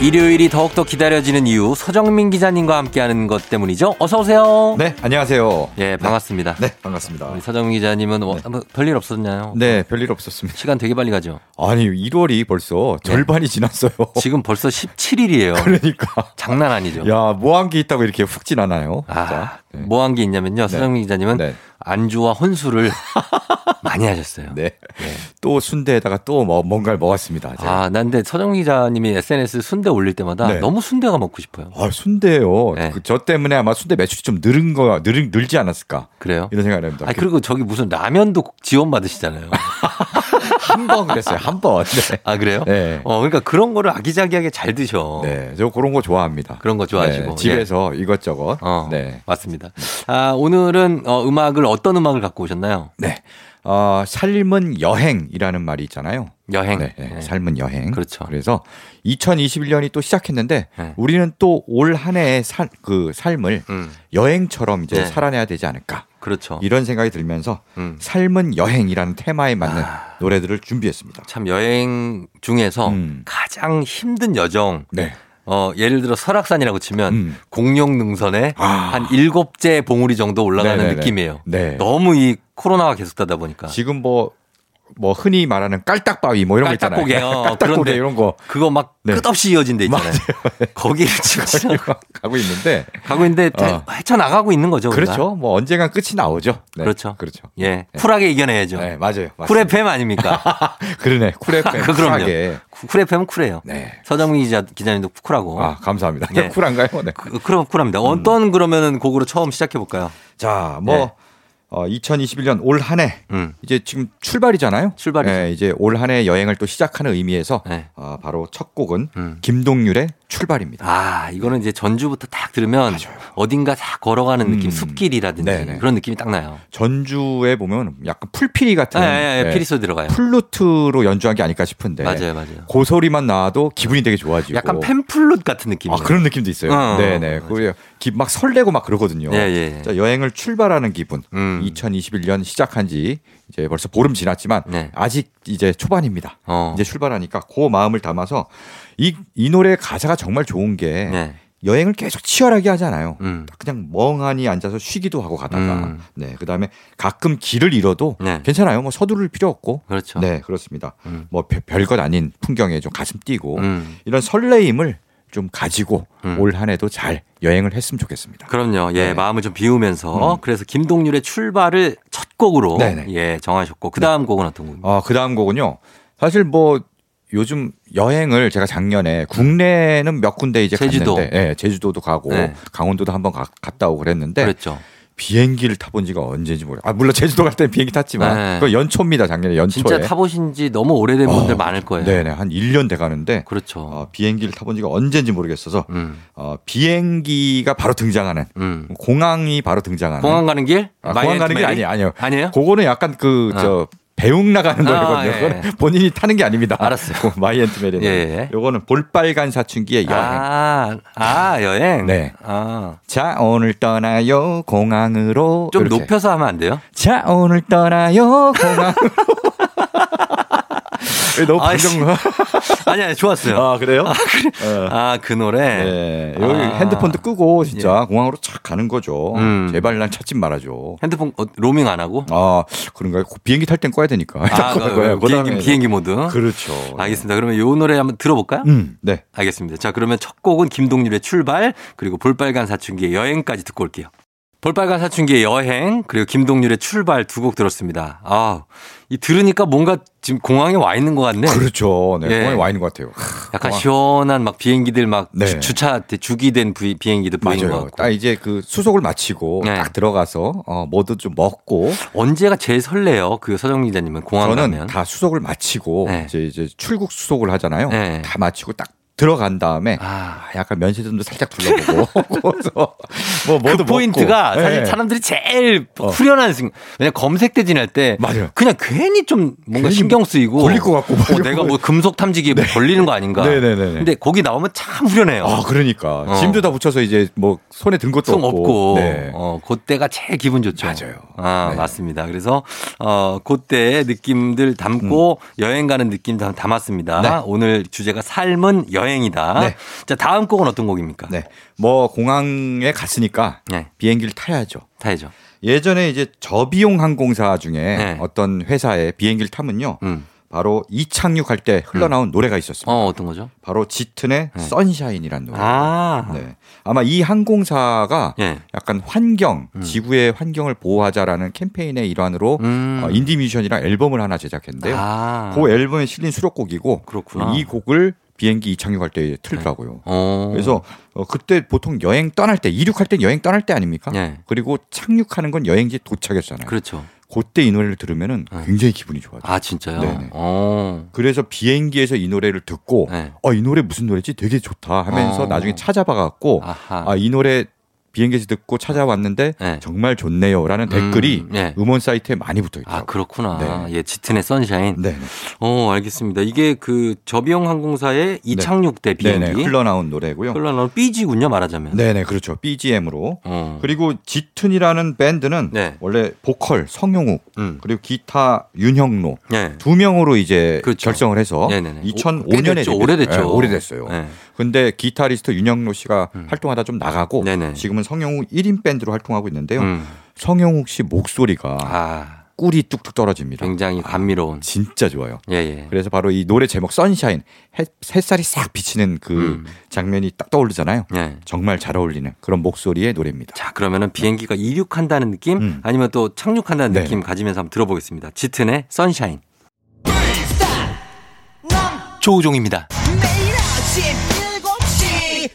일요일이 더욱더 기다려지는 이유 서정민 기자님과 함께하는 것 때문이죠. 어서 오세요.
네, 안녕하세요.
예, 반갑습니다.
네, 반갑습니다.
우리 서정민 기자님은 뭐,
네.
뭐 별일 없었나요?
네, 별일 없었습니다.
시간 되게 빨리 가죠.
아니, 1월이 벌써
네.
절반이 지났어요.
지금 벌써 17일이에요.
*laughs* 그러니까.
장난 아니죠.
야, 뭐 한 게 있다고 이렇게 훅 지나나요?
아,
진짜. 네.
뭐 한 게 있냐면요. 서정민 기자님은
네.
안주와 혼술을 *laughs* 많이 하셨어요.
네. 또 순대에다가 또 뭐, 뭔가를 먹었습니다. 제가.
예. 아, 난 근데 서정민 기자님이 SNS 순대 올릴 때마다
네.
너무 순대가 먹고 싶어요.
아, 순대요.
네.
그, 저 때문에 아마 순대 매출이 좀 늘은 거, 늘, 늘지 않았을까.
그래요?
이런 생각을 합니다.
아, 그리고 저기 무슨 라면도 지원
*laughs*
받으시잖아요.
한 번 그랬어요. 한 번. *laughs* 네.
아, 그래요?
네.
어, 그러니까 그런 거를 아기자기하게 잘 드셔.
네. 저 그런 거 좋아합니다.
그런 거 좋아하시고.
네, 집에서 이것저것.
어,
네.
맞습니다. 아, 오늘은 어, 음악을 어떤 음악을 갖고 오셨나요?
네. 어, 삶은 여행이라는 말이 있잖아요.
여행.
네, 네.
네.
삶은 여행.
그렇죠.
래서 2021년이 또 시작했는데
네.
우리는 또 올 한해의 살- 그 삶을
음,
여행처럼 이제
네.
살아내야 되지 않을까
그렇죠.
이런 생각이 들면서
음. 아.
삶은 여행이라는 테마에 맞는 노래들을 준비했습니다.
참 여행 중에서
음.
가장 힘든 여정
네.
어, 예를 들어 설악산이라고 치면
음.
공룡 능선에
아.
한 일곱째 봉우리 정도 올라가는
네네네.
느낌이에요.
네.
너무 이 코로나가 계속되다 보니까
지금 뭐 뭐 흔히 말하는 깔딱바위 뭐 이런 거 있잖아요.
깔딱고개, 어,
깔딱고개
그런데 *laughs*
이런 거
그거 막
네.
끝없이 이어진 데 있잖아요. 거기를 지금 지나-
가고 있는데
가고 있는데 다 헤쳐나가고 있는 거죠. 우리가.
어. 그렇죠. 뭐 언젠간 끝이 나오죠. 네,
그렇죠.
그렇죠.
예. 쿨하게 이겨내야죠.
네, 맞아요. 맞습니다.
쿨 FM 아닙니까?
*laughs* 그러네.
*laughs*
쿨에
그, 그럼요. 쿨- 쿨 FM은 쿨해요.
네.
서정민 기자, 기자님도 쿨하고.
아, 감사합니다.
예.
쿨한가요? 네.
그, 그럼 쿨합니다. 어떤 그러면은 곡으로 처음 시작해볼까요?
자, 뭐
네.
어, 2021년 올 한 해
음.
이제 지금 출발이잖아요.
출발이죠.
예, 이제 올 한 해 여행을 또 시작하는 의미에서
네.
어, 바로 첫 곡은
음.
김동률의 출발입니다.
아, 이거는 이제 전주부터 딱 들으면 어딘가 다 걸어가는 느낌,
음.
숲길이라든지
네네.
그런 느낌이 딱 나요.
전주에 보면 약간 풀피리 같은
예, 예, 예,
예,
피리 소리 들어가요.
플루트로 연주한 게 아닐까 싶은데
맞아요, 맞아요.
그 소리만 나와도 기분이 되게 좋아지고
약간 팬플룻 같은 느낌이에요.
아 그런 느낌도 있어요.
어,
네네.
맞아요.
그막 설레고 막 그러거든요.
예, 예, 예.
자, 여행을 출발하는 기분.
음.
2021년 시작한 지 이제 벌써 보름 지났지만
네.
아직 이제 초반입니다.
어.
이제 출발하니까 그 마음을 담아서 이, 이 노래 가사가 정말 좋은 게
네.
여행을 계속 치열하게 하잖아요.
음.
그냥 멍하니 앉아서 쉬기도 하고 가다가
음.
네 그다음에 가끔 길을 잃어도
네.
괜찮아요. 뭐 서두를 필요 없고
그렇죠.
네 그렇습니다.
음.
뭐 별- 별것 아닌 풍경에 좀 가슴 뛰고
음.
이런 설레임을 좀 가지고
음.
올 한 해도 잘 여행을 했으면 좋겠습니다.
그럼요. 예,
네.
마음을 좀 비우면서
음.
그래서 김동률의 출발을 첫 곡으로
네네.
예, 정하셨고 그다음 곡은 어떤 곡입니까?
어, 그 다음 곡은요. 사실 뭐 요즘 여행을 제가 작년에 국내는 몇 군데 이제
제주도.
갔는데 예, 제주도도 가고
네.
강원도도 한번 가- 갔다 오고 그랬는데
그랬죠.
비행기를 타본 지가 언제인지 모르. 아 물론 제주도 갈 때는 비행기 탔지만
네.
그건 연초입니다. 작년에 연초에.
진짜 타보신 지 너무 오래된 분들
어,
많을 거예요.
네네 한 1년 돼 가는데
그렇죠.
어, 비행기를 타본 지가 언제인지 모르겠어서
음.
어, 비행기가 바로 등장하는
음.
공항이 바로 등장하는
공항 가는 길?
아, 공항 가는 게
마이애미?
아니 아니요.
아니에요?
그거는 약간 그
아.
저 배웅 나가는
아,
노래거든요.
예,
그건 본인이 타는 게 아닙니다. 알았어요. 마이앤트메리는.
예.
요거는 볼빨간 사춘기의 여행.
아, 아, 여행?
네.
아,
자 오늘 떠나요 공항으로.
좀
이렇게.
높여서 하면 안
*laughs*
돼요?
자 오늘
*laughs*
떠나요 공항으로. 너무
아이씨.
방정.
아니, 아니, 좋았어요.
아 그래요? 어.
아, 그 노래?
네. 여기
아. 예.
핸드폰도 끄고 진짜 공항으로 착 가는 거죠.
음.
제발 난 찾지 말아줘.
핸드폰 어, 로밍 안 하고?
아 그런가요? 비행기 탈 땐 꺼야 되니까.
아,
*laughs* 꺼야
그, 비행기,
돼요. 그다음에.
비행기 모드.
그렇죠.
알겠습니다. 그러면 요 노래 한번 들어볼까요?
음, 네.
알겠습니다. 자, 그러면 첫 곡은 김동률의 출발, 그리고 볼빨간 사춘기의 여행까지 듣고 올게요. 볼빨간 사춘기의 여행, 그리고 김동률의 출발 두 곡 들었습니다. 아, 이 들으니까 뭔가 지금 공항에 와 있는 것 같네.
그렇죠. 네.
예.
공항에 와 있는 것 같아요.
약간
공항.
시원한 막 비행기들 막
네.
주- 주차 때 주기된 비- 비행기도 보이는 것
맞아요.
같고.
딱 이제 그 수속을 마치고
네.
딱 들어가서 어, 뭐도 좀 먹고
언제가 제일 설레요? 그 서정 기자님은 공항
저는
가면.
다 수속을 마치고
네.
이제, 이제 출국 수속을 하잖아요.
네.
다 마치고 딱 들어간 다음에
아.
아, 약간 면세점도
*laughs*
살짝 둘러보고 그래서 뭐 뭐도
그 포인트가
먹고.
사실
네.
사람들이 제일
어.
후련한 순간. 왜냐 검색대 지날 때
맞아요.
그냥 괜히 좀 뭔가
괜히 뭐
신경 쓰이고
걸릴 것 같고 막
어, 내가 뭐 금속 탐지기에 뭐 걸리는 거 아닌가.
네네네네.
근데 거기 나오면 참 후련해요.
아 그러니까
어.
짐도 다 붙여서 이제 뭐 손에 든 것도
성
없고,
없고
네.
어 그때가 제일 기분 좋죠.
맞아요.
아,
네.
맞습니다. 그래서 어 그때 느낌들 담고 여행 가는 느낌 다 담았습니다.
음. 네.
오늘 주제가 삶은 여행이다.
네.
자 다음 곡은 어떤 곡입니까?
네. 뭐 공항에 갔으니까
네.
비행기를 타야죠.
타이죠.
예전에 이제 저비용 항공사 중에
네.
어떤 회사의 비행기를 타면요.
음.
바로 이착륙할 때 흘러나온 노래가 있었습니다.
어 어떤 거죠?
바로 짙은의
네.
선샤인이라는 노래.
아
네. 아마 이 항공사가
예.
약간 환경,
음.
지구의 환경을 보호하자라는 캠페인의 일환으로
음.
어, 인디뮤지션이랑 앨범을 하나 제작했는데요.
아.
그 앨범에 실린 수록곡이고
그렇구나.
이 곡을 비행기 이착륙할 때 틀더라고요.
어.
그래서 어, 그때 보통 여행 떠날 때 이륙할 때 여행 떠날 때 아닙니까?
예.
그리고 착륙하는 건 여행지 도착했잖아요.
그렇죠.
그때 이 노래를 들으면은
네.
굉장히 기분이 좋아져. 요
아 진짜요?
네네.
어.
그래서 비행기에서 이 노래를 듣고
네.
어, 이 노래 무슨 노래지? 되게 좋다 하면서
어.
나중에 찾아봐 갖고 아,
아하.
이 노래 비행기에서 듣고 찾아왔는데
네.
정말 좋네요라는
음,
댓글이
네.
음원 사이트에 많이
아
붙어 있더라고요.
그렇구나. 예, 짙은의 선샤인.
네. 네.
어, 알겠습니다. 이게 그 저비용 항공사의 이착륙대
네네,
비행기
흘러나온 노래고요.
흘러나온 삐지군요, 말하자면.
네네 그렇죠. BGM으로
어.
그리고 짙은이라는 밴드는
네.
원래 보컬 성용욱
음.
그리고 기타 윤형로
네.
두 명으로 이제
그렇죠.
결성을 해서
네네네. 꽤
어? 2005년에 예,
됐죠. 오래됐죠.
오래됐어요.
네. 음.
근데 기타리스트 윤영로 씨가 활동하다 좀 나가고
네네.
지금은 성영욱 1인 밴드로 활동하고 있는데요.
음.
성영욱 씨 목소리가
아. 음.
꿀이 뚝뚝 떨어집니다.
굉장히 감미로운.
진짜 좋아요.
예, 예.
그래서 바로 이 노래 제목 선샤인 햇- 햇살이 싹 비치는 그
음.
장면이 딱 떠오르잖아요.
예.
정말 잘 어울리는 그런 목소리의 노래입니다.
자, 그러면은 비행기가 이륙한다는 느낌
음.
아니면 또 착륙한다는
네.
느낌 가지면서 한번 들어보겠습니다. 짙은의 선샤인. 조우종입니다.
매일 아침 7시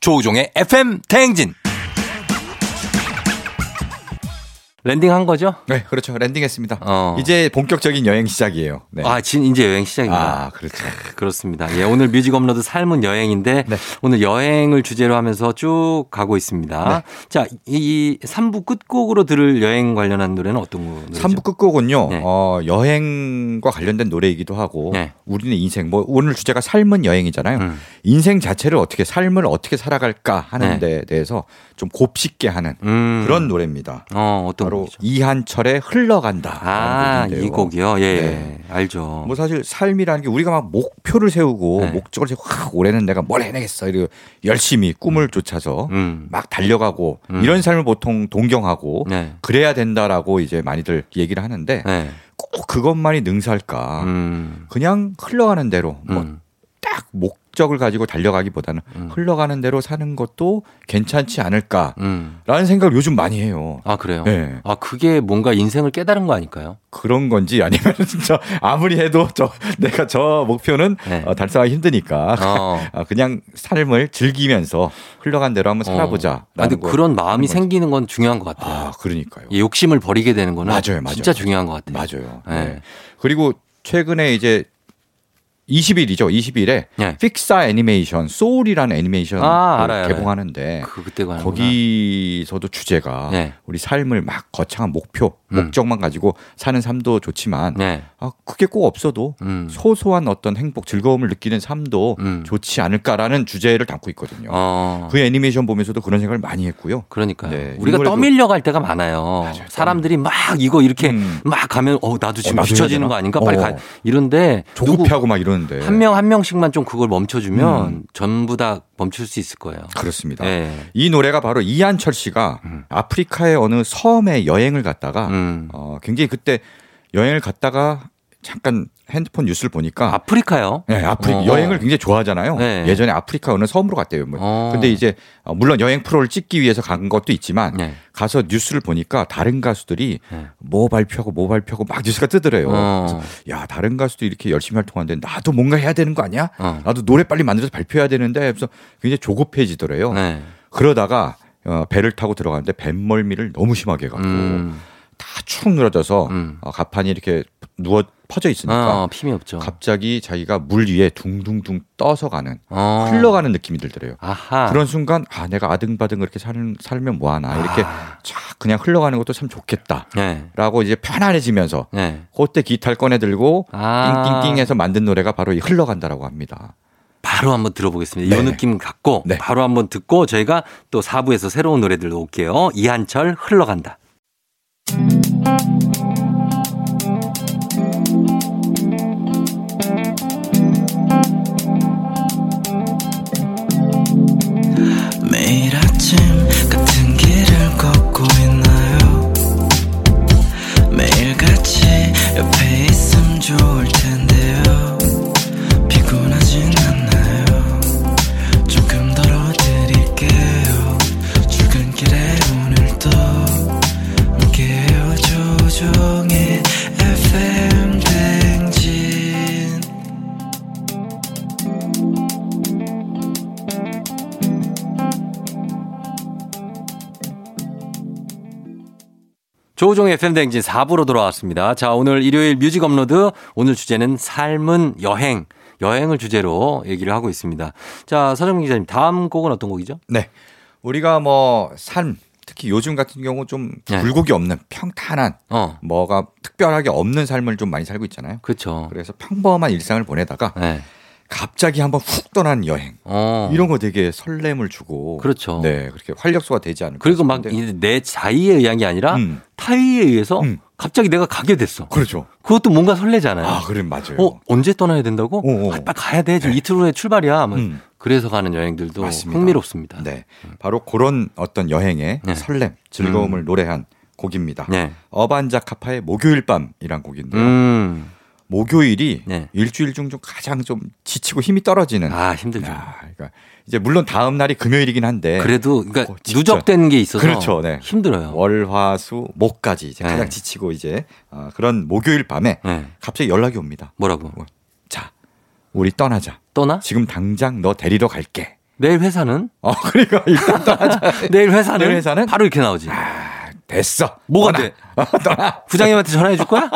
조우종의 FM 대행진 랜딩한 거죠?
네, 그렇죠. 랜딩했습니다.
어.
이제 본격적인 여행 시작이에요. 네.
아, 진 이제 여행 시작입니다.
아, 그렇죠.
그렇습니다. 예, 오늘 뮤직 업로드 삶은 여행인데
네.
오늘 여행을 주제로 하면서 쭉 가고 있습니다. 자, 이, 이 3부 끝곡으로 들을 여행 관련한 노래는 어떤 노래죠?
3부 끝곡은요.
네.
어, 여행과 관련된 노래이기도 하고
네.
우리는 인생 뭐 오늘 주제가 삶은 여행이잖아요.
음.
인생 자체를 어떻게 삶을 어떻게 살아갈까 하는 데 대해서 좀 곱씹게 하는
네. 음.
그런 노래입니다.
어, 어떤
바로
곡이죠?
이한철의 흘러간다.
아, 이 곡이요. 예.
네.
알죠.
뭐 사실 삶이라는 게 우리가 막 목표를 세우고
네.
목적을 세우고 아, 올해는 내가 뭘 해내겠어 이러고 열심히 꿈을 쫓아서
음.
막 달려가고
음.
이런 삶을 보통 동경하고
네.
그래야 된다라고 이제 많이들 얘기를 하는데
네.
꼭 그것만이 능사일까?
음.
그냥 흘러가는 대로 아. 뭐
음.
딱 목적을 가지고 달려가기보다는 흘러가는 대로 사는 것도 괜찮지 않을까라는
음.
생각을 요즘 많이 해요.
아, 그래요?
네.
아, 그게 뭔가 인생을 깨달은 거 아닐까요?
그런 건지 아니면 *laughs* 진짜 아무리 해도 저 내가 저 목표는
네.
어, 달성하기 힘드니까
어.
*laughs* 아, 그냥 삶을 즐기면서 흘러간 대로 한번 살아보자.
아, 근데 그런 마음이
하는 뭐 거죠.
생기는 건 중요한 것 같아요.
아 그러니까요.
이 욕심을 버리게 되는 거는
맞아요, 맞아요.
진짜 중요한 것 같아요.
맞아요.
네.
네. 그리고 최근에 이제 20일이죠. 20일에
네.
픽사 애니메이션 소울이라는 애니메이션
아, 알아요, 알아요.
개봉하는데
그 그때가 하는구나.
거기서도 주제가
네.
우리 삶을 막 거창한 목표,
음.
목적만 가지고 사는 삶도 좋지만
네.
아, 그게 꼭 없어도
음.
소소한 어떤 행복, 즐거움을 느끼는 삶도
음.
좋지 않을까라는 주제를 담고 있거든요.
어.
그 애니메이션 보면서도 그런 생각을 많이 했고요.
그러니까요.
네,
우리가
이 노래도-
떠밀려 갈 때가 많아요. 사람들이 막 이거 이렇게
음.
막 가면 어 나도 지금
어, 나도
비춰지는
해야 되나?
거 아닌가? 빨리
어.
가. 이런데 누구
조급해하고 막 이러는데.
한 명 한 명씩만 좀 그걸 멈춰주면
음.
전부 다 멈출 수 있을 거예요.
그렇습니다.
네.
이 노래가 바로 이한철 씨가 아프리카의 어느 섬에 여행을 갔다가
음.
어, 굉장히 그때 여행을 갔다가 잠깐 핸드폰 뉴스를 보니까
아프리카요.
네, 아프리
어.
여행을 굉장히 좋아하잖아요.
네.
예전에 아프리카 어느 섬으로 갔대요. 뭐.
어.
근데 이제 어, 물론 여행 프로를 찍기 위해서 간 것도 있지만
네.
가서 뉴스를 보니까 다른 가수들이
네.
뭐 발표하고 뭐 발표하고 막 뉴스가 뜨더래요.
어.
그래서 야 다른 가수도 이렇게 열심히 활동하는데 나도 뭔가 해야 되는 거 아니야?
어.
나도 노래 빨리 만들어서 발표해야 되는데 그래서 굉장히 조급해지더래요.
네.
그러다가 어, 배를 타고 들어가는데 뱃멀미를 너무 심하게 갖고
음.
다 축 늘어져서
음.
어, 가판이 이렇게 누워 퍼져 있으니까
어, 힘이 없죠.
그러니까 갑자기 자기가 물 위에 둥둥둥 떠서 가는
어.
흘러가는 느낌이 들더래요.
아하. 아.
그런 순간 아 내가 아등바등 그렇게 사는, 살면 뭐하나 이렇게 쫙 그냥 흘러가는 것도 참 좋겠다라고
네.
이제 편안해지면서
네.
그때 기타를 꺼내 들고
아.
띵띵띵해서 만든 노래가 바로 이 흘러간다라고 합니다.
바로 한번 들어보겠습니다. 이
네.
느낌 갖고
네.
바로 한번 듣고 저희가 또 4부에서 새로운 노래들로 올게요. 이한철 흘러간다.
매일 아침 같은 길을 걷고 있나요 매일 같이 옆에 있음 좋을 텐데요 피곤하진 않나요 조금 덜어드릴게요 출근길에 오늘도 함께해요 조종의 FM 댕진
조우종의 FM 댕진 4부로 돌아왔습니다. 자, 오늘 일요일 뮤직 업로드 오늘 주제는 삶은 여행. 여행을 주제로 얘기를 하고 있습니다. 자, 서정민 기자님, 다음 곡은 어떤 곡이죠?
네. 우리가 뭐 삶, 특히 요즘 같은 경우 좀
네.
굴곡이 없는 평탄한
어,
뭐가 특별하게 없는 삶을 좀 많이 살고 있잖아요.
그렇죠.
그래서 평범한 일상을 보내다가
네.
갑자기 한번 훅 떠나는 여행
어.
이런 거 되게 설렘을 주고
그렇죠.
네 그렇게 활력소가 되지 않을까.
그리고 막
싶은데.
내 자의에 의한 게 아니라
음,
타의에 의해서
음.
갑자기 내가 가게 됐어.
그렇죠.
그것도 뭔가 설레잖아요.
아 그럼 맞아요.
어, 언제 떠나야 된다고?
어, 어.
아, 빨리 가야 돼. 지금 이틀 후에 출발이야. 뭐
음.
그래서 가는 여행들도
맞습니다.
흥미롭습니다.
네 바로 그런 어떤 여행의
네. 음.
설렘 즐거움을 노래한 곡입니다.
네.
어반자카파의 목요일 밤이란 곡인데요.
음.
목요일이
네.
일주일 중 좀 가장 좀 지치고 힘이 떨어지는.
아, 힘들죠.
네. 야, 그러니까 이제 물론 다음 날이 금요일이긴 한데
그래도 그러니까
어, 진짜.
누적된 게 있어서
그렇죠, 네.
힘들어요.
월화수 목까지 이제
네.
가장 지치고 이제 어, 그런 목요일 밤에
네.
갑자기 연락이 옵니다.
뭐라고?
자, 우리 떠나자.
떠나?
지금 당장 너 데리러 갈게. *laughs*
내일 회사는?
어, 그러니까 일단 떠나자.
내일 회사는?
내일 회사는? 아,
바로 이렇게 나오지.
됐어.
뭐가
떠나.
돼?
떠나.
부장님한테 전화해 줄
*laughs*
거야?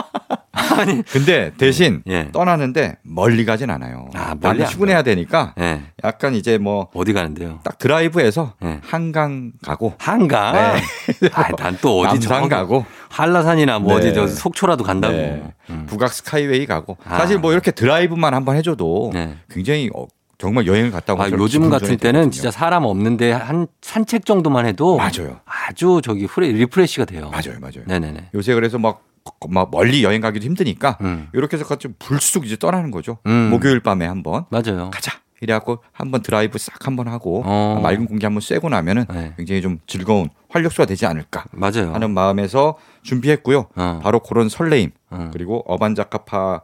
아니.
근데 대신
예.
떠나는데 멀리 가진 않아요.
아, 멀리
나는
안
출근해야 되니까
예.
약간 이제 뭐 딱
어디 가는데요?
드라이브에서
예.
한강 가고
한강.
네.
아, 난 또 어디
남산
저기
가고
한라산이나 뭐
네.
어디 저 속초라도 간다고.
네.
음.
북악 스카이웨이 가고
아.
사실 뭐 이렇게 드라이브만 한번 해줘도
네.
굉장히 어, 정말 여행을 갔다 온
아,
것처럼
요즘
기분
같은
전환이
때는
되거든요.
진짜 사람 없는데 한 산책 정도만 해도
맞아요.
아주 저기 후레, 리프레시가 돼요.
맞아요, 맞아요.
네네네.
요새 그래서 막, 막 멀리 여행 가기도 힘드니까
음.
이렇게 해서 같이 불쑥 이제 떠나는 거죠.
음.
목요일 밤에 한번
맞아요.
가자. 이래갖고 한번 드라이브 싹 한번 하고
어.
맑은 공기 한번 쐬고 나면은
네.
굉장히 좀 즐거운 활력소가 되지 않을까
맞아요.
하는 마음에서 준비했고요.
어.
바로 그런 설레임
음.
그리고 어반자카파와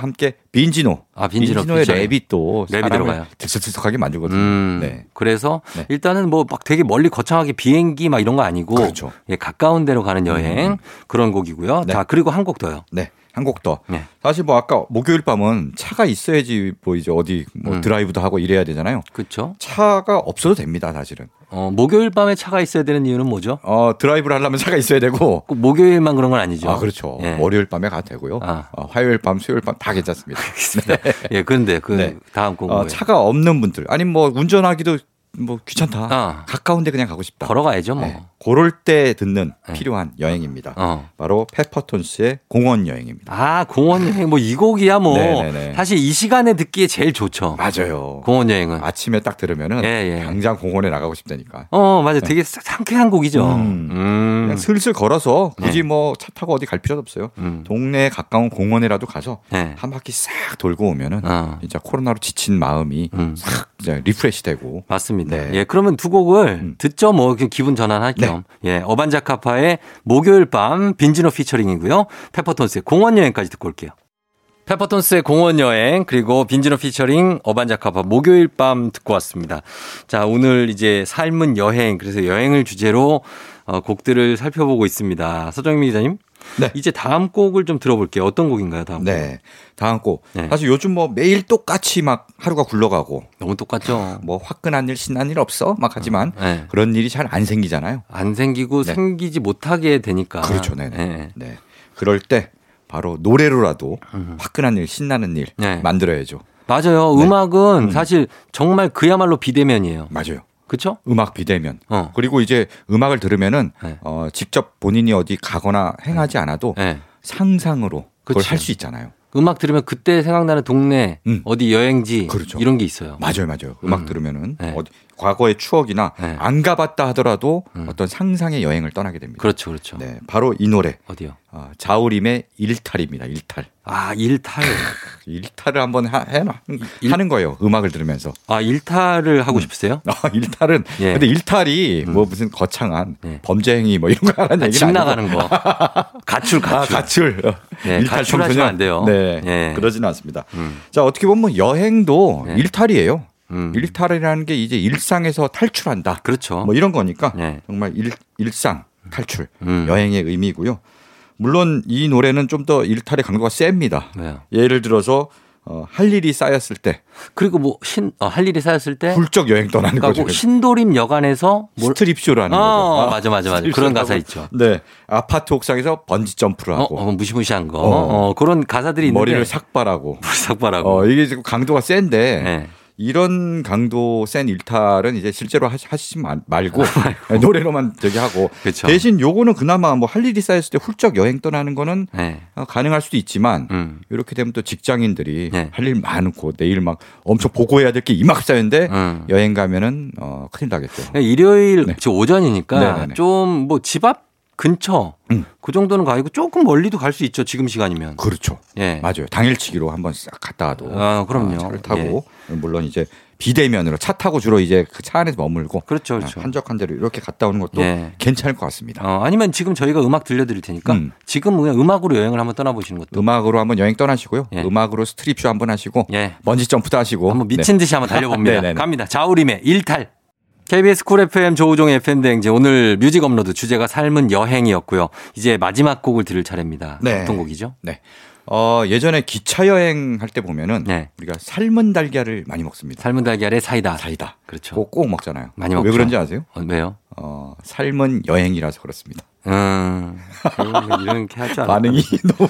함께 빈지노,
아, 빈지노,
의
빈지노.
랩이 또
랩이
사람을
들어가요.
들썩들썩하게 만들거든요.
음,
네.
그래서
네.
일단은 뭐 막 되게 멀리 거창하게 비행기 막 이런 거 아니고
그렇죠. 음.
예, 가까운 데로 가는 여행 그런 곡이고요.
네.
자 그리고 한 곡 더요.
네. 한 곡 더.
네.
사실 뭐 아까 목요일 밤은 차가 있어야지 뭐 이제 어디 뭐
음.
드라이브도 하고 이래야 되잖아요.
그렇죠.
차가 없어도 됩니다, 사실은.
어, 목요일 밤에 차가 있어야 되는 이유는 뭐죠?
어, 드라이브를 하려면 차가 있어야 되고
꼭 목요일만 그런 건 아니죠.
아, 그렇죠.
예.
월요일 밤에 가도 되고요.
아.
어, 화요일 밤, 수요일 밤 다
*laughs*
괜찮습니다.
알겠습니다. 예, 그런데 그
네.
다음 곡은
어,
뭐예요?
차가 없는 분들, 아니면 뭐 운전하기도 뭐 귀찮다.
아.
가까운데 그냥 가고 싶다.
걸어가야죠, 뭐.
네, 그럴 때 듣는
네.
필요한 여행입니다.
어.
바로 페퍼톤스의 공원 여행입니다.
아, 공원 여행 뭐 이 곡이야 뭐.
네네네.
사실 이 시간에 듣기에 제일 좋죠.
맞아요.
공원 여행은.
아침에 딱 들으면은
예, 예.
당장 공원에 나가고 싶다니까.
어, 맞아. 되게 사- 상쾌한 곡이죠.
음.
음.
그냥 슬슬 걸어서 굳이 뭐 차 타고 어디 갈 필요도 없어요.
음.
동네에 가까운 공원에라도 가서
네.
한 바퀴 싹 돌고 오면은
어.
진짜 코로나로 지친 마음이
음.
싹 이제 리프레시되고
맞습니다.
네.
예, 그러면 두 곡을
음. 네.
듣죠. 뭐 그냥 기분 전환할 겸. 예, 어반자카파의 목요일 밤 빈지노 피처링이고요. 페퍼톤스의 공원 여행까지 듣고 올게요. 페퍼톤스의 공원 여행 그리고 빈지노 피처링 어반자카파 목요일 밤 듣고 왔습니다. 자, 오늘 이제 삶은 여행 그래서 여행을 주제로 어, 곡들을 살펴보고 있습니다. 서정민 기자님.
네.
이제 다음 곡을 좀 들어볼게요. 어떤 곡인가요, 다음? 곡?
네. 다음 곡.
네.
사실 요즘 뭐 매일 똑같이 막 하루가 굴러가고
너무 똑같죠.
뭐 화끈한 일, 신난 일 없어 막 하지만
네.
그런 일이 잘 안 생기잖아요.
안 생기고
네.
생기지 못하게 되니까.
그렇죠. 네.
예.
네. 네. 그럴 때 바로 노래로라도 화끈한 일, 신나는 일
음. 네.
만들어야죠.
맞아요.
네.
음악은 사실 정말 그야말로 비대면이에요.
맞아요.
그렇죠?
음악 비대면.
어.
그리고 이제 음악을 들으면은
네.
어, 직접 본인이 어디 가거나 행하지 않아도
예.
상상으로 그걸
그치.
할 수 있잖아요.
음악 들으면 그때 생각나는 동네,
음.
어디 여행지
그렇죠.
이런 게 있어요.
맞아요, 맞아요. 음악
음.
들으면은
네.
어디 과거의 추억이나
네.
안 가봤다 하더라도
음.
어떤 상상의 여행을 떠나게 됩니다.
그렇죠. 그렇죠.
네, 바로 이 노래
어디요?
어, 자우림의 일탈입니다. 일탈.
아,
*laughs*
일탈.
일탈을 한번 하, 해
일-
하는 거예요. 음악을 들으면서.
아, 일탈을 하고 싶으세요?
아, 일탈은
예.
근데 일탈이 뭐 무슨 거창한
예.
범죄 행위 뭐 이런 거 하는
아,
얘기는
집
아니고.
나가는
*laughs*
거. 가출,
아,
가출.
가출.
네, 가출하시면
청소년?
안 돼요.
네.
예.
그러진 않습니다.
음.
자, 어떻게 보면 뭐 여행도
네.
일탈이에요.
음.
일탈이라는 게 이제 일상에서 탈출한다.
그렇죠.
뭐 이런 거니까
네.
정말 일, 일상 탈출
음.
여행의 의미고요. 물론 이 노래는 좀 더 일탈의 강도가 셉니다.
왜요?
예를 들어서 어, 할 일이 쌓였을 때
그리고 뭐 신, 어, 할 일이 쌓였을 때
훌쩍 여행 떠나는 거죠. 그렇죠.
가고 신도림 여관에서 뭘
스트립쇼라는
그러니까 어,
거죠.
어, 맞아, 맞아, 맞아.
스트립쇼라고.
그런 가사 있죠.
네, 아파트 옥상에서 번지 점프를
어,
하고
어, 무시무시한 거.
어.
어, 그런 가사들이 있는데
머리를 삭발하고.
삭발하고.
어, 이게 지금 강도가 센데
네.
이런 강도 센 일탈은 이제 실제로 하시, 하시지 마-
*laughs*
말고 네, 노래로만 저기 하고
그렇죠.
대신 요거는 그나마 뭐 할 일이 쌓였을 때 훌쩍 여행 떠나는 거는
네.
어, 가능할 수도 있지만
음.
이렇게 되면 또 직장인들이
네.
할 일 많고 내일 막 엄청 보고해야 될 게 이만큼 쌓였는데
음.
네. 여행 가면은 어, 큰일 나겠죠.
그냥 일요일
네.
지금 오전이니까
네네네.
좀 뭐 집 앞 근처
음.
그 정도는 가고 조금 멀리도 갈 수 있죠 지금 시간이면.
그렇죠.
예.
맞아요. 당일치기로 한번 싹 갔다 와도
아, 그럼요. 예.
어, 차를 타고 물론 이제 비대면으로 차 타고 주로 이제 그 차 안에서 머물고
그렇죠, 그렇죠.
아, 한적한 데로 이렇게 갔다 오는 것도
예.
괜찮을 것 같습니다.
어, 아니면 지금 저희가 음악 들려드릴 테니까
음.
지금 그냥 음악으로 여행을 한번 떠나보시는 것도
음악으로 한번 여행 떠나시고요.
예.
음악으로 스트립쇼 한번 하시고
예.
먼지 점프도 하시고
한번 미친
네.
듯이 한번 달려봅니다.
음. 네네네.
갑니다. 자우림의 일탈. KBS 쿨 FM 조우종 FM 대행제 오늘 뮤직 업로드 주제가 삶은 여행이었고요. 이제 마지막 곡을 들을 차례입니다.
네.
어떤 곡이죠?
네. 어, 예전에 기차 여행 할 때 보면은
네.
우리가 삶은 달걀을 많이 먹습니다.
삶은 달걀의 사이다.
사이다.
그렇죠.
꼭, 꼭 먹잖아요.
많이
왜
먹죠.
그런지 아세요?
어, 왜요?
어, 삶은 여행이라서 그렇습니다.
음, 그런- 이렇게 할줄 알았
반응이 *laughs* 너무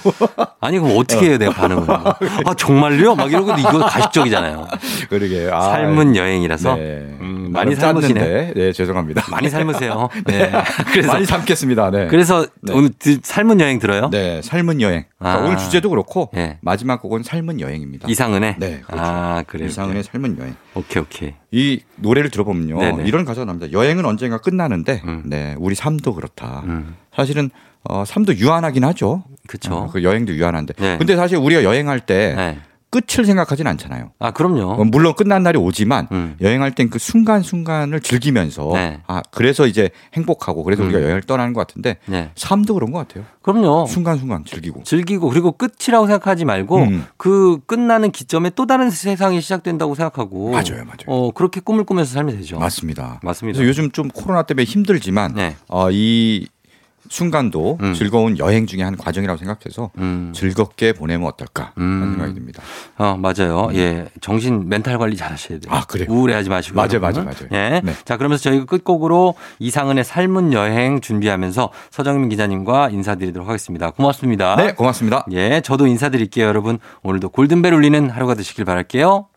아니 그럼 어떻게 해요 내가 반응을? 아 정말요? 막 이러고 이거 가식적이잖아요.
그러게. 아, 네.
삶은 여행이라서 음, 많이
나름
삶으시네.
짰는데. *laughs* 네, 죄송합니다.
많이 삶으세요. 네. 그래서
많이 삶겠습니다. 네.
*laughs* 그래서
네.
오늘 드- 삶은 여행 들어요?
네, 삶은 여행.
아.
오늘 주제도 그렇고
예.
마지막 곡은 삶은 여행입니다.
이상은의.
네, 그렇죠.
아 그래요.
이상은의 삶은 여행.
오케이 오케이.
이 노래를 들어보면요.
네네.
이런 가사가 나옵니다. 여행은 언젠가 끝나는데,
음.
네, 우리 삶도 그렇다.
음.
사실은 어, 삶도 유한하긴 하죠. 어,
그렇죠.
그 여행도 유한한데.
네.
근데 사실 우리가 여행할 때
네.
끝을 생각하진 않잖아요.
아
어,
그럼요.
물론 끝난 날이 오지만
음.
여행할 땐 그 순간순간을 즐기면서
네.
아, 그래서 이제 행복하고 그래서
음.
우리가 여행을 떠나는 것 같은데
네.
삶도 그런 것 같아요.
그럼요.
순간순간 즐기고.
즐기고 그리고 끝이라고 생각하지 말고
음.
그 끝나는 기점에 또 다른 세상이 시작된다고 생각하고
맞아요, 맞아요.
어 그렇게 꿈을 꾸면서 살면 되죠.
맞습니다.
맞습니다.
그래서 요즘 좀 코로나 때문에 힘들지만
네.
어, 이 순간도
음.
즐거운 여행 중에 한 과정이라고 생각해서
음.
즐겁게 보내면 어떨까
음.
하는 생각이 듭니다.
어, 맞아요. 예. 정신 멘탈 관리 잘 하셔야 돼요.
음. 아, 그래요?
우울해하지 마시고.
맞아요,
여러분.
맞아요, 맞아요.
예.
네.
자, 그러면서 저희가 끝곡으로 이상은의 삶은 여행 준비하면서 서정민 기자님과 인사드리도록 하겠습니다. 고맙습니다.
네, 고맙습니다.
예. 저도 인사드릴게요, 여러분. 오늘도 골든벨 울리는 하루가 되시길 바랄게요.